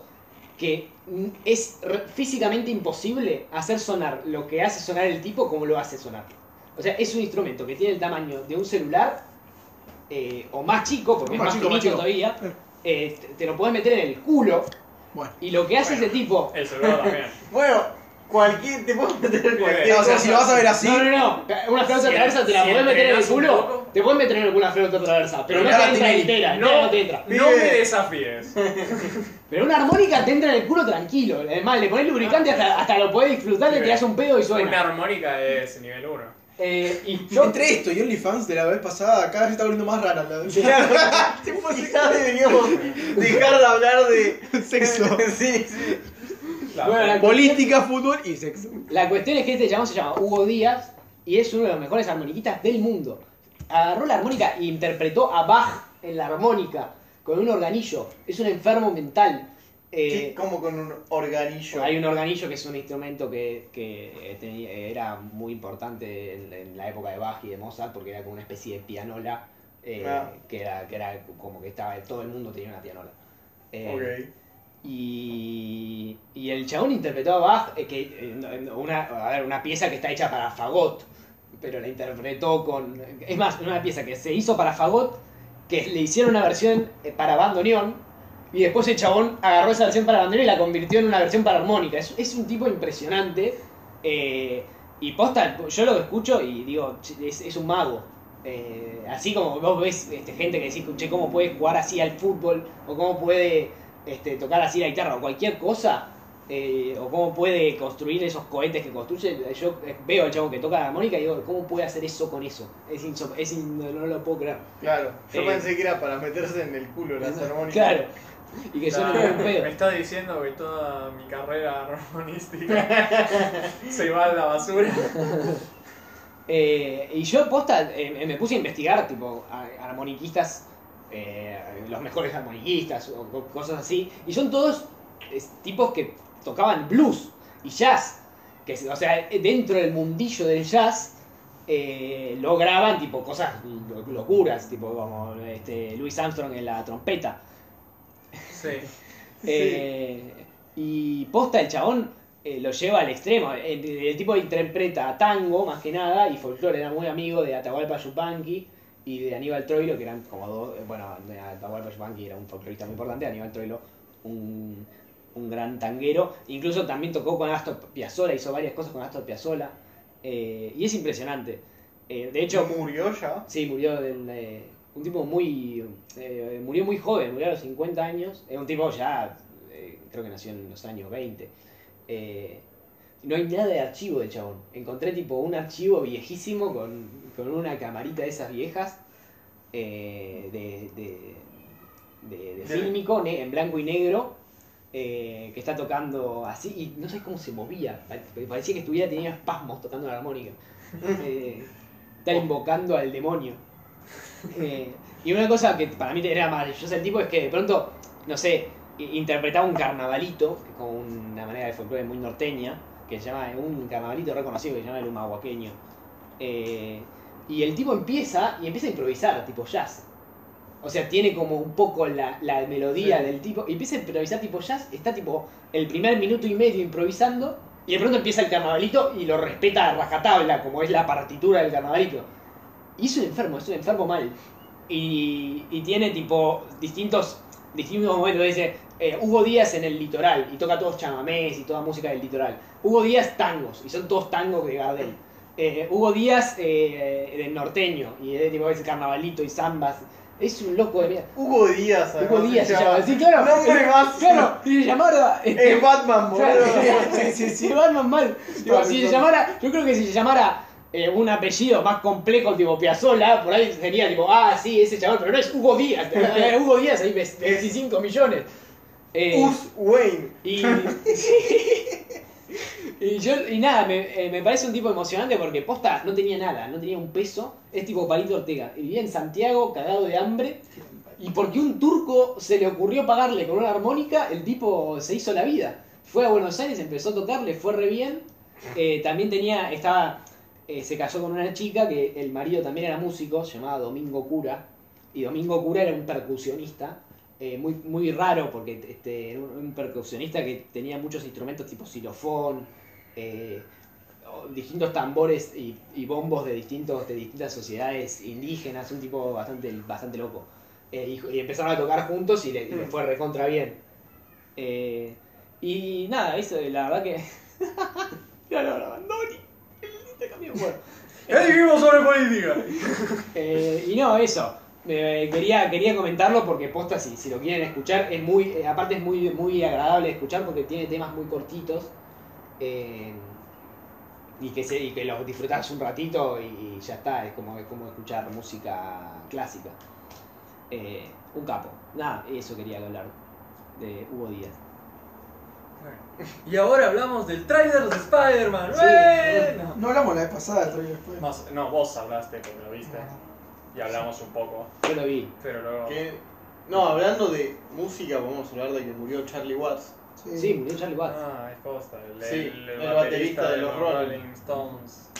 que mm, es re- físicamente imposible hacer sonar lo que hace sonar el tipo como lo hace sonar. O sea, es un instrumento que tiene el tamaño de un celular eh, o más chico, porque Más es más chico, más finito chico. todavía, Eh. eh, te, te lo podés meter en el culo. Bueno. Y lo que hace ese tipo. El celular también. Bueno, cualquier. Te puedo Eh, meter cualquier. o sea, cosa. si lo vas a ver así, No, no, no. Una flauta Si- traversa te la si podés meter en el entrenás un culo. poco. Te podés meter en alguna flauta traversa, pero, Pero no nada te entra tiene- entera, no. no. no te entra. No me desafíes. Pero una armónica te entra en el culo tranquilo. Además, le pones lubricante hasta, hasta lo podés disfrutar, le Sí, tirás un pedo y Una suena. armónica es nivel 1. Eh, y yo entre esto y OnlyFans de la vez pasada, cada vez está volviendo más rara la Quizás deberíamos dejar de hablar de. Sexo. sí, sí. Bueno, la- Política, fútbol y sexo. La cuestión es que este chabón se llama Hugo Díaz y es uno de los mejores armoniquistas del mundo. Agarró la armónica e interpretó a Bach en la armónica con un organillo. Es un enfermo mental. Sí, Eh, Como con un organillo. hay un organillo que es un instrumento que, que eh, tenía- era muy importante en, en la época de Bach y de Mozart porque era como una especie de pianola eh, Ah. que, era, que era como que estaba todo el mundo tenía una pianola. Eh, Ok. y, y el chabón interpretó a Bach, eh, que, eh, no- no, una, a ver, una pieza que está hecha para fagot, pero la interpretó con... Es más, una pieza que se hizo para fagot, que le hicieron una versión eh, para bandoneón, y después el chabón agarró esa versión para bandoneón y la convirtió en una versión para armónica. Es, es un tipo impresionante. eh, y posta, yo lo escucho y digo, "Che, es, es un mago. Eh, así como vos ves este, gente que decís, che, ¿cómo puede jugar así al fútbol? O cómo puede este, tocar así la guitarra o cualquier cosa, eh, o cómo puede construir esos cohetes que construye. Yo eh, veo al chavo que toca la armónica y digo, ¿cómo puede hacer eso con eso? Es, insop- es in- no, no lo puedo creer. Claro. Yo Eh. pensé que era para meterse en el culo las armónicas. Claro. Y que suena como un Me pedo. está diciendo que toda mi carrera armonística se va a la basura. Eh, y yo posta, eh, me puse a investigar, tipo, a- armoniquistas, eh, los mejores armoniquistas o co- cosas así. Y son todos es, tipos que tocaban blues y jazz. Que, es- o sea, dentro del mundillo del jazz eh, lograban tipo cosas lo- locuras, tipo como este, Louis Armstrong en la trompeta. Sí. Eh, y posta el chabón eh, lo lleva al extremo. El, el tipo interpreta tango más que nada y folclore. Era muy amigo de Atahualpa Yupanqui y de Aníbal Troilo, que eran como dos. eh, Bueno, de Atahualpa Yupanqui era un folclorista muy importante, Aníbal Troilo un, un gran tanguero. Incluso también tocó con Astor Piazzolla, hizo varias cosas con Astor Piazzolla. Eh, y es impresionante. Eh, de Yo hecho, murió ya. Sí, murió del, eh, un tipo muy. eh, murió muy joven, murió a los 50 años. Es un tipo ya. eh, creo que nació en los años 20. Eh, no hay nada de archivo del chabón. Encontré tipo un archivo viejísimo con, con una camarita de esas viejas eh, de, de, de, de De- fílmico, ne- en blanco y negro, eh, que está tocando así y no sé cómo se movía. pa- Parecía que estuviera teniendo espasmos tocando la armónica. Eh, está invocando al demonio. Eh, y una cosa que para mí era maravillosa el tipo es pues, que de pronto, no sé, i- interpretaba un carnavalito, que es como una manera de folclore muy norteña, que se llama, un carnavalito reconocido que se llama el humahuaqueño. Eh, y el tipo empieza y empieza a improvisar, tipo jazz. O sea, tiene como un poco la, la melodía del tipo. Y empieza a improvisar tipo jazz, está tipo el primer minuto y medio improvisando. Y de pronto empieza el carnavalito y lo respeta a rajatabla, como es la partitura del carnavalito. Y es un enfermo, es un enfermo mal. Y, y tiene tipo distintos, distintos momentos. Dice eh, Hugo Díaz en el litoral y toca todos chamamés y toda música del litoral. Hugo Díaz tangos y son todos tangos de Gardel. Eh, Hugo Díaz eh, del norteño y de tipo es carnavalito y zambas. Es un loco de mierda. Hugo Díaz, Hugo además, Díaz se llama. Sí, claro. Eh, Nombre más. Claro, y se llamara. este, Es Batman, Claro, boludo. se, se, se van más mal. Digo, si se llamara, yo creo que si se llamara eh, un apellido más complejo, tipo Piazzola, por ahí sería tipo, ah, sí, ese chaval, pero no es Hugo Díaz. eh, Hugo Díaz, ahí ves 25 millones. Eh, Us Wayne. y, y yo, y nada, me, eh, me parece un tipo emocionante porque posta no tenía nada, no tenía un peso. Es tipo Palito Ortega. Y vivía en Santiago cagado de hambre. Y porque un turco se le ocurrió pagarle con una armónica, el tipo se hizo la vida. Fue a Buenos Aires, empezó a tocar, le fue re bien. Eh, también tenía, estaba, eh, se casó con una chica que el marido también era músico, se llamaba Domingo Cura. Y Domingo Cura era un percusionista, eh, muy, muy raro porque este, era un, un percusionista que tenía muchos instrumentos tipo xilofón, eh, o- distintos tambores y, y bombos de distintos de distintas sociedades indígenas, un tipo bastante, bastante loco. Eh, y, y empezaron a tocar juntos y le, y le fue recontra bien. Eh, y nada, eso, la verdad que. Mira, lo abandoni. El cambio bueno. ¡Eh, vivimos sobre política! Eh, y no, eso. Eh, quería, quería comentarlo porque posta, si, si lo quieren escuchar, es muy, eh, aparte es muy, muy agradable de escuchar porque tiene temas muy cortitos eh, y, que se, y que los disfrutás un ratito y, y ya está, es como, es como escuchar música clásica. Eh, un capo. Nada, eso quería hablar de Hugo Díaz. Y ahora hablamos del tráiler de Spider-Man. Sí. Bueno. No hablamos la vez pasada, pues. todavía después. Más- no, vos hablaste porque lo viste. Y hablamos un poco. Yo lo vi. Pero luego. Que- No, hablando de música, podemos hablar de que murió Charlie Watts. Sí, murió Charlie Watts. Ah, es posta. El, Sí, el el baterista, baterista de los Rolling, Rolling Stones.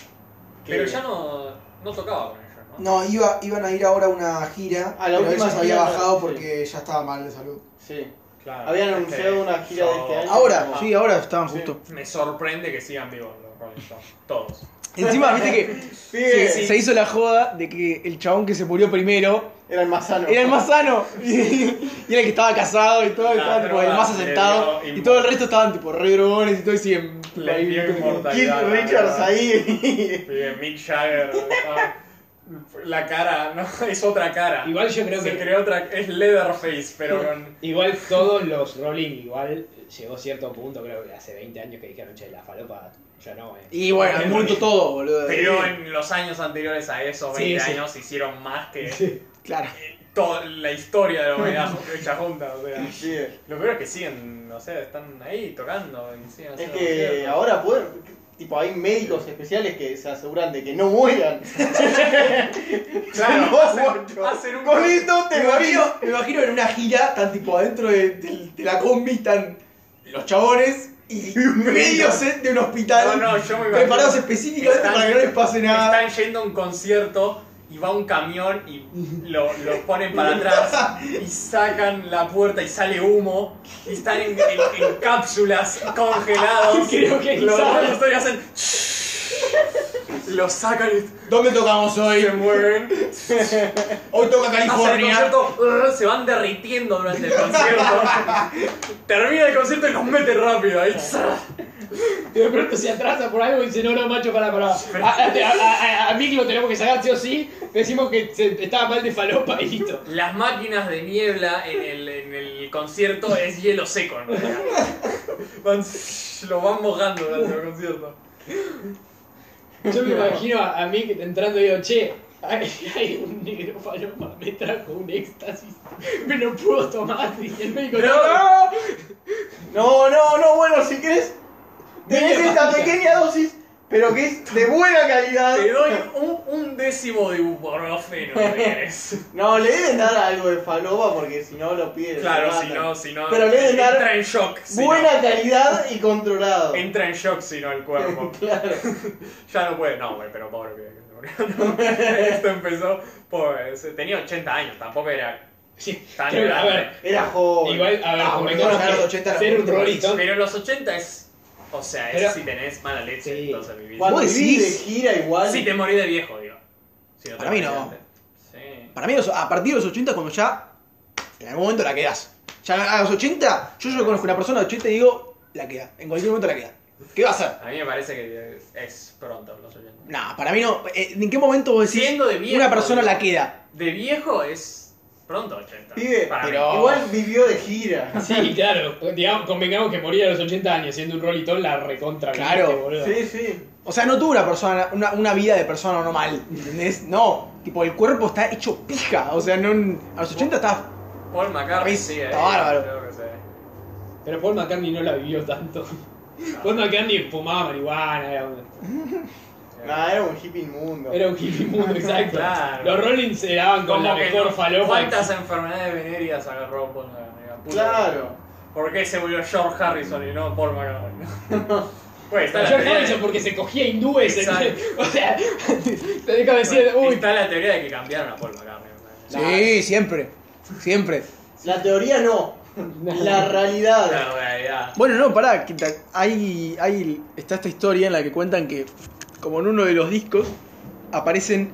Que- Pero ya no, no tocaba con ellos, ¿no? No, iba, iban a ir ahora a una gira, A la pero última ella se había gira, bajado sí. porque ya estaba mal de salud. Sí. Claro. Habían es anunciado que una gira yo- de este año. Ahora, Ah. sí, ahora estaban Sí. justo. Me sorprende que sigan vivos los Rolling Stones. Todos. Encima, viste que Pibe, se, se hizo la joda de que el chabón que se murió primero Era el más sano. era el más sano. Y, y era el que estaba casado y todo, y La estaba tipo, el droga más le asentado. dio Y eh, inmo- todo el resto estaban tipo re drogones y todo, y siguen. Le dio inmortalidad. Keith la Richards verdad. ahí. Pibe, Mick Jagger. ¿no? La cara, no, es otra cara. Igual yo creo Se que. creó otra. Es Leatherface, pero con. Igual todos los Rolling, igual llegó cierto punto, creo que hace 20 años que dijeron, che, la falopa, yo no, eh. Y bueno, el muerto todo, boludo. Pero en los años anteriores a esos Sí, 20 sí. años hicieron más que Claro. toda la historia de la humanidad hecha junta. O sea, Sí. lo peor es que siguen, o sea, están ahí tocando. Y siguen Es haciendo que conciertos. ahora pueden. Tipo, hay médicos especiales que se aseguran de que no mueran. Claro, No, hacen, mucho. hacen un Con esto Me te imagino, morías. me imagino en una gira, tan tipo adentro de, de- de la combi, están los chabones y medio set de un hospital. No, no, yo me preparados imagino- específicamente Están- para que no les pase nada. Están yendo a un concierto y va un camión y lo, lo ponen para atrás y sacan la puerta y sale humo y están en, en- en cápsulas congelados. Creo que los quizás- los dos hacen. Lo sacan y ¿Dónde tocamos hoy? se mueven. Hoy toca Hacen el California. concierto, rrr, se van derritiendo durante el concierto. Termina el concierto y los mete rápido. Ahí. Y de pronto se atrasa por algo y dice, no, no, macho, para, para. A, a, a- a- a Mick lo tenemos que sacar sí o sí. Decimos que se- estaba mal de falopa y listo. Las máquinas de niebla en el, en el concierto es hielo seco, ¿no? Van- lo van mojando durante el concierto. Yo me imagino a, a Mick entrando y digo, che, hay, hay un negro falopa, me trajo un éxtasis, me lo puedo tomar. Y el médico, no, No, no, no, no, bueno, si querés, tenés Media esta pastilla. pequeña dosis, pero que es de buena calidad. Te doy un, un décimo de ibuprofeno, ¿quieres? No, le deben dar algo de falopa porque si no lo piden. Claro, se si matan. no, si no. Pero le deben dar entra en shock. si Buena calidad y controlado. no. Entra en shock si no el cuerpo. Claro. Ya no puede. No, güey, pero pobre pibe que se murió. Esto empezó. Pobre, se- tenía 80 años, tampoco era Sí, tan creo que, a grande. ver, Era joven. igual, a ver, Ah, convengamos boludo, que los 80 era ser un muy Rolling Stone Pero los 80 es. O sea, es Pero- si tenés mala leche, Sí. entonces vivís. Cuando ¿Vos vivís de decís? gira igual. Si te morí de viejo, digo. Si no te Para mí morís no. antes. Sí. Para mí, los- a partir de los 80, cuando ya. En algún momento la quedás. Ya a los 80, yo, yo conozco una persona de 80 y digo, la queda. En cualquier momento la queda. ¿Qué va a hacer? A mí me parece que es pronto los 80. Nah, para mí no. Eh, ¿En qué momento vos decís Siendo de viejo, una persona digo. la queda? De viejo es pronto 80. Pibe, Para pero- mí. Igual vivió de gira. Sí, claro. Digamos, convengamos que moría a los 80 años siendo un rolitón la recontra. Claro. viste, boludo. Sí, sí. O sea, no tuvo una persona, una, una vida de persona normal. ¿Entendés? No. Tipo, el cuerpo está hecho pija. O sea, no, a los 80 estás. Paul McCartney, sí, Está ahí, bárbaro. creo que sí. Pero Paul McCartney no la vivió tanto. Paul McCartney fumaba marihuana, era un, Nah, era un hippie inmundo. era un hippie mundo, exacto. Claro. Los Rollins se daban con la que mejor no- falopa. ¿Cuántas enfermedades venéreas agarró Paul McCartney? Puta. Claro. ¿Por qué se murió George Harrison y no Paul McCartney? Güey, está la teoría George de- Harrison porque se cogía hindúes. Exacto. o sea, te deja decir, uy. Está la teoría de que cambiaron a Paul McCartney. ¿no? Sí, siempre. Siempre. La teoría no. La realidad. La realidad. Bueno, no, pará, que ta- hay, hay, está esta historia en la que cuentan que como en uno de los discos, aparecen.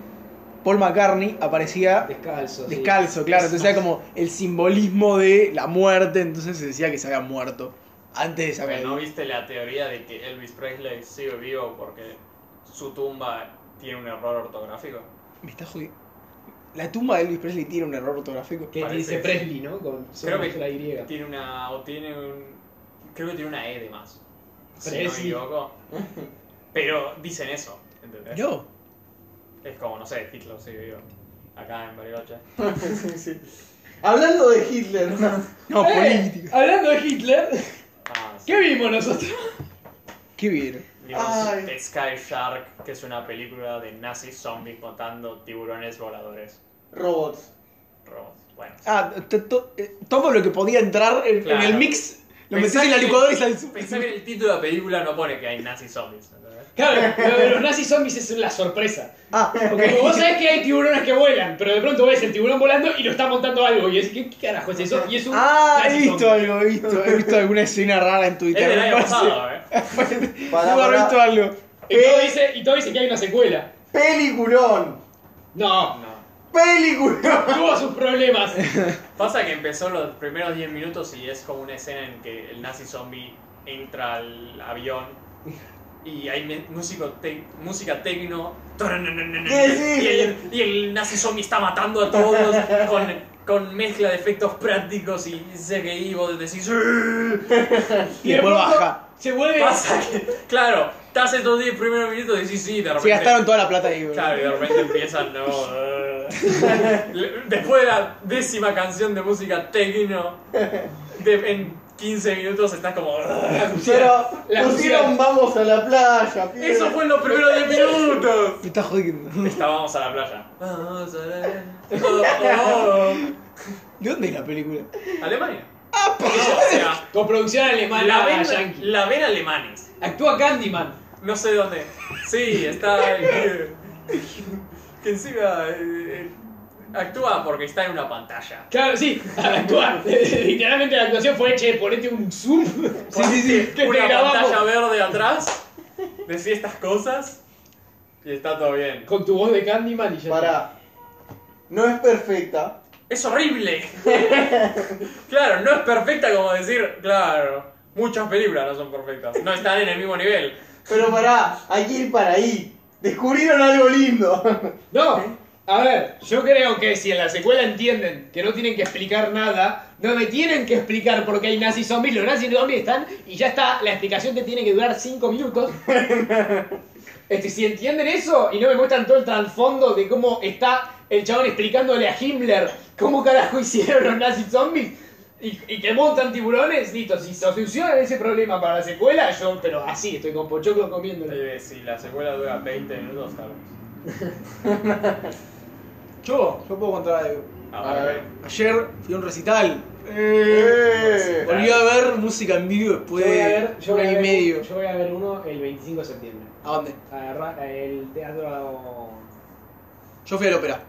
Paul McCartney aparecía Descalzo. sí. descalzo, claro. Entonces era como el simbolismo de la muerte. Entonces se decía que se había muerto antes de Porque saber. no viste la teoría de que Elvis Presley sigue vivo porque su tumba tiene un error ortográfico. Me está jodiendo. La tumba de Elvis Presley tiene un error ortográfico. Que Parece dice que- Presley, ¿no? Con Creo solo que la Y. tiene una. o tiene un. Creo que tiene una E de más. Si no me Presley. equivoco. Pero dicen eso, ¿entendés? Yo. Es como, no sé, Hitler sigue vivo. Acá en Bariloche. Sí, sí. Hablando de Hitler, No, Eh, política. hablando de Hitler, Ah, sí. ¿qué vimos nosotros? Qué bien. Vimos Ay. The Sky Shark, que es una película de nazis zombies matando tiburones voladores. robots. Robots. Bueno. Ah, t- to- eh, todo lo que podía entrar en, en Claro. el mix lo Pensá metés en la que- licuadora y sales. Pensá que en el título de la película no pone que hay nazis zombies. ¿entendés? Claro, lo de los nazis zombies es la sorpresa. Ah, ok. Porque vos sabés que hay tiburones que vuelan, pero de pronto ves el tiburón volando y lo está montando algo. Y es ¿qué, qué carajo es eso? Y es un. Ah, he nazi visto zombie. algo, he visto, he visto alguna escena rara en Es Twitter. del año No sé. pasado, ¿eh? Para, Debo haber para. visto algo. Y todo, dice, y todo dice que hay una secuela. Peliculón. No, No. Peliculón. tuvo sus problemas. Pasa que empezó los primeros 10 minutos y es como una escena en que el nazi zombie entra al avión y hay me- músico tec- música tecno sí. y el, y el nazi zombie está matando a todos con, con mezcla de efectos prácticos y CGI y vos decís "Ugh". Y después de pronto baja. Se vuelve. pasa que claro estás estos 10 primeros minutos y decís sí de Se repente gastaron toda la plata ahí, boludo. Claro, y de repente empiezan, no. eh. Después de la décima canción de música techno, de- en 15 minutos estás como. eh. Pero La pusieron pusieron. vamos a la playa. pibe. Eso fue en los primeros 10 minutos. Me está jodiendo. Estábamos a la playa. Vamos a la oh, ¿De dónde es la película? oh. Alemania. No, o sea, Coproducción alemana, la ven, yankee. la ven alemanes. Actúa Candyman. No sé dónde. Sí, está. eh, Que encima. eh, actúa porque está en una pantalla. Claro, sí, actúa. Literalmente la actuación fue, che, ponete un zoom. Sí, sí, sí. Que una te grabamos. pantalla verde atrás. Decía estas cosas. Y está todo bien. Con tu voz de Candyman y ya. Para. No es perfecta. ¡Es horrible! claro, no es perfecta como decir. Claro. Muchas películas no son perfectas. No están en el mismo nivel. Pero pará, hay que ir para ahí. Descubrieron algo lindo. No, a ver, yo creo que si en la secuela entienden que no tienen que explicar nada, no me tienen que explicar por qué hay nazis zombies, los nazis zombies están y ya está, la explicación te tiene que durar 5 minutos. Este, si entienden eso y no me muestran todo el trasfondo de cómo está el chabón explicándole a Himmler cómo carajo hicieron los nazis zombies y, y que montan tiburones, listo, si solucionan ese problema para la secuela, yo, pero así, estoy con pochoclo comiéndolo. Eh, Si la secuela dura 20 minutos, tal vez. Yo, yo puedo contar algo. Ah, A ver, Ayer fui a un recital. Eh. Volví a ver música en vivo después Yo voy a ver, yo voy a de un año y ver- medio. Yo voy a ver uno el 25 de septiembre. ¿A dónde? A Ra- el teatro. Yo fui a la ópera.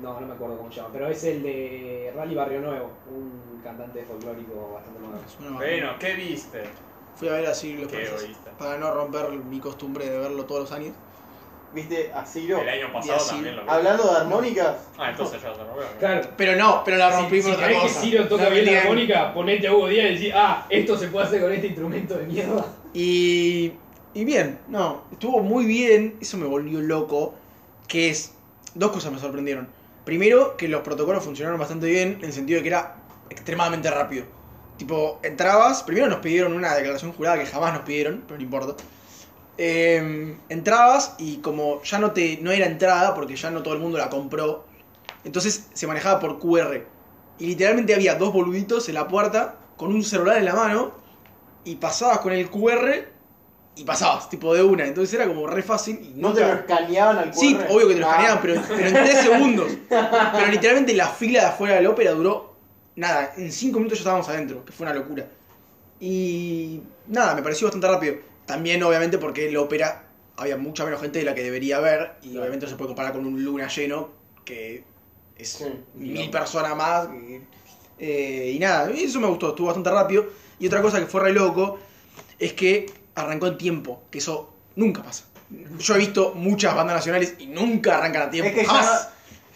No, no me acuerdo cómo se llama, pero es el de Rally Barrio Nuevo, un cantante folclórico bastante nuevo. Es una banda. Bueno, ¿qué viste? Fui a ver así los Qué países. egoísta. Para no romper mi costumbre de verlo todos los años. ¿Viste? Así no. El año pasado así, también lo vi. Hablando de armónicas. Ah, entonces ya se lo veo. Claro. Pero no, pero la Si, rompí si por otra querés que cosa. Ciro toca No bien la tenían- armónica, ponete a Hugo Díaz y decís, ah, esto se puede hacer con este instrumento de mierda. Y, y bien, no, estuvo muy bien, eso me volvió loco, que es, dos cosas me sorprendieron. Primero, que los protocolos funcionaron bastante bien, en el sentido de que era extremadamente rápido. Tipo, entrabas, primero nos pidieron una declaración jurada que jamás nos pidieron, pero no importa. Eh, entrabas y como ya no te no era entrada, porque ya no todo el mundo la compró, entonces se manejaba por QR. Y literalmente había dos boluditos en la puerta con un celular en la mano y pasabas con el QR y pasabas, tipo de una. Entonces era como re fácil. Y No te nunca- lo escaneaban al QR. Sí, obvio que te lo Ah. escaneaban, pero, pero en 3 segundos. Pero literalmente la fila de afuera de la ópera duró nada, en 5 minutos ya estábamos adentro, que fue una locura. Y nada, me pareció bastante rápido. También obviamente porque en la ópera había mucha menos gente de la que debería haber y obviamente no se puede comparar con un luna lleno que es Sí, mil personas más. que- eh, y nada, y eso me gustó, estuvo bastante rápido. Y otra cosa que fue re loco es que arrancó en tiempo, que eso nunca pasa. Yo he visto muchas bandas nacionales y nunca arrancan a tiempo. Es que ya jamás.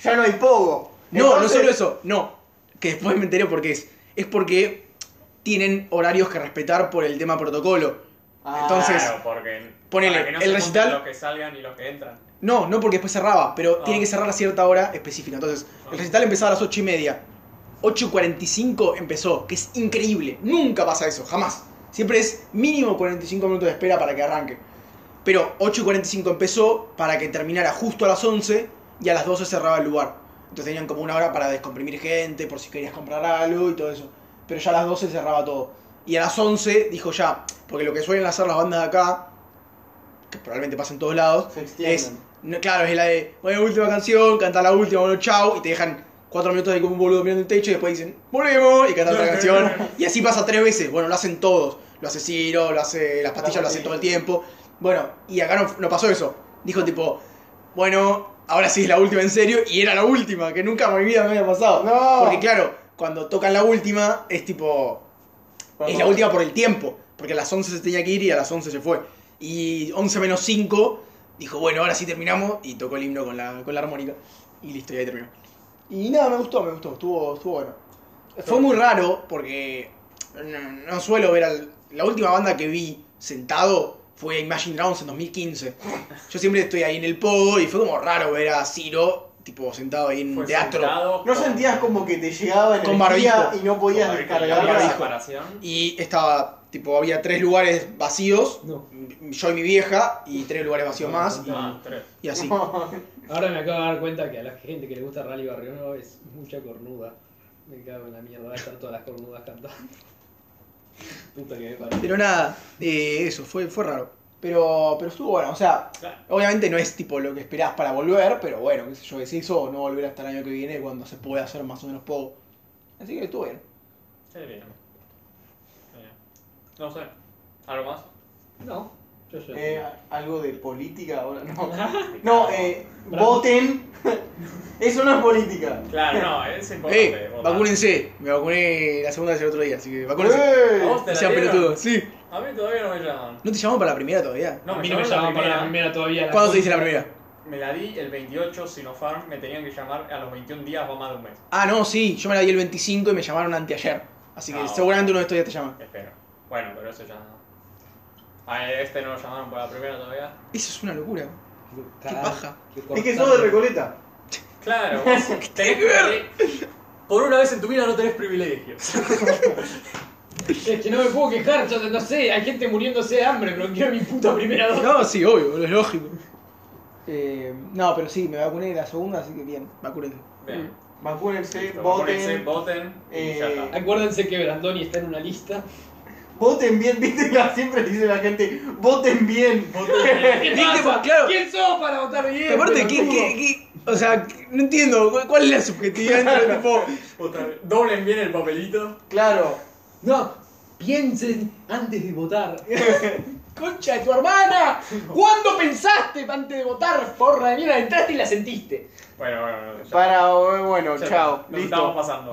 no, ya no hay pogo. No, no Entonces, solo eso, no. Que después me enteré por qué es. Es porque tienen horarios que respetar por el tema protocolo. Ah, Entonces, Claro, porque. ponele, para que no el se junten recital- Los que salgan y los que entran. No, no porque después cerraba, pero Ah. tiene que cerrar a cierta hora específica. Entonces, Ah. el recital empezaba a las 8 y media. 8.45 empezó, que es increíble. Nunca pasa eso, jamás. Siempre es mínimo 45 minutos de espera para que arranque. Pero 8.45 empezó para que terminara justo a las 11 y a las 12 cerraba el lugar. Entonces tenían como una hora para descomprimir gente, por si querías comprar algo y todo eso. Pero ya a las 12 cerraba todo. Y a las 11 dijo ya, porque lo que suelen hacer las bandas de acá, que probablemente pasa en todos lados, Se extienden. es, no, claro, es la de, bueno, última canción, canta la última, bueno, chau, y te dejan cuatro minutos ahí como un boludo mirando el techo y después dicen, volvemos, y cantan otra canción. Y así pasa tres veces. Bueno, lo hacen todos. Lo hace Ciro, lo hace las pastillas, lo hace todo el tiempo. Bueno, y acá no, no pasó eso. Dijo tipo, bueno, ahora sí es la última en serio, y era la última, que nunca en mi vida me había pasado. No. Porque claro, cuando tocan la última, es tipo, es la última por el tiempo, porque a las 11 se tenía que ir y a las 11 se fue. Y 11 menos 5 dijo, bueno, ahora sí terminamos y tocó el himno con la, con la armónica. Y listo, y ahí terminó. Y nada, me gustó, me gustó, estuvo, estuvo bueno. Fue muy raro porque no, no suelo ver al... La última banda que vi sentado fue Imagine Dragons en 2015. Yo siempre estoy ahí en el pogo y fue como raro ver a Ciro, tipo, sentado ahí en Fue teatro. sentado ¿No con- sentías como que te llegaba Con energía barbijo. y no con el- podías con descargarla? la barbijo. separación? Y estaba, tipo, había tres lugares vacíos, No. m- yo y mi vieja, y tres lugares vacíos más, Ah, tres. y así. Ahora me acabo de dar cuenta que a la gente que le gusta Rally Barrio Nuevo es mucha cornuda. Me cago en la mierda, va a estar todas las cornudas cantando. Puta que me parió. Pero nada, eh, eso, fue, fue raro. Pero, pero estuvo bueno, o sea, Claro. obviamente no es tipo lo que esperás para volver, pero bueno, qué sé yo, qué se hizo, o no volver hasta el año que viene cuando se puede hacer más o menos poco. Así que estuvo bien. Sí, bien. Sí. No sé. ¿Algo más? No, yo soy. Eh, ¿Algo de política ahora? No, no eh, Bravo. voten. Eso no es política. Claro, no, es importante. Eh, votar. vacúnense, me vacuné la segunda vez el otro día, así que vacúnense. ¿A ¡Eh! vos te No la sean dieron? pelotudos, sí. A mí todavía no me llaman. ¿No te llamamos para la primera todavía? No, a mí me no me llamaron llamaban para la primera todavía. ¿Cuándo te dice la primera? Me la di el 28 Sinopharm, me tenían que llamar a los 21 días, va más de un mes. Ah, no, sí, yo me la di el 25 y me llamaron anteayer. Así que Ah, seguramente uno de estos días te llama. Espero. Bueno, pero eso ya no. A este no lo llamaron para la primera todavía. Eso es una locura. Qué paja. Es que sos de Recoleta. Claro, vos tenés que ver. Por una vez en tu vida no tenés privilegios. Es que no me puedo quejar, yo no sé, hay gente muriéndose de hambre, pero quiero mi puta primera dosis. No, sí, obvio, boludo, es lógico. Eh, no, pero sí, me vacuné la segunda, así que bien, vacúnense. Bien. Vacúnense, Listo, vacúnense, voten voten. y eh, ya está. Acuérdense que Brandoni está en una lista. Voten bien, viste, la- siempre dice la gente, voten bien. ¿Qué Viste, Pues, pasa? claro. ¿Quién sos para votar bien? Pero aparte, ¿qué, pelotudo? qué, qué? O sea, no entiendo, ¿cu- ¿cuál es la subjetividad entre tipo? Otra vez. Doblen bien el papelito. Claro. No, piensen antes de votar. Concha de tu hermana, ¿cuándo pensaste antes de votar? Porra de mierda, entraste y la sentiste. Bueno, bueno, bueno. ya- Para, bueno, ya está. chao. Nos estamos pasando.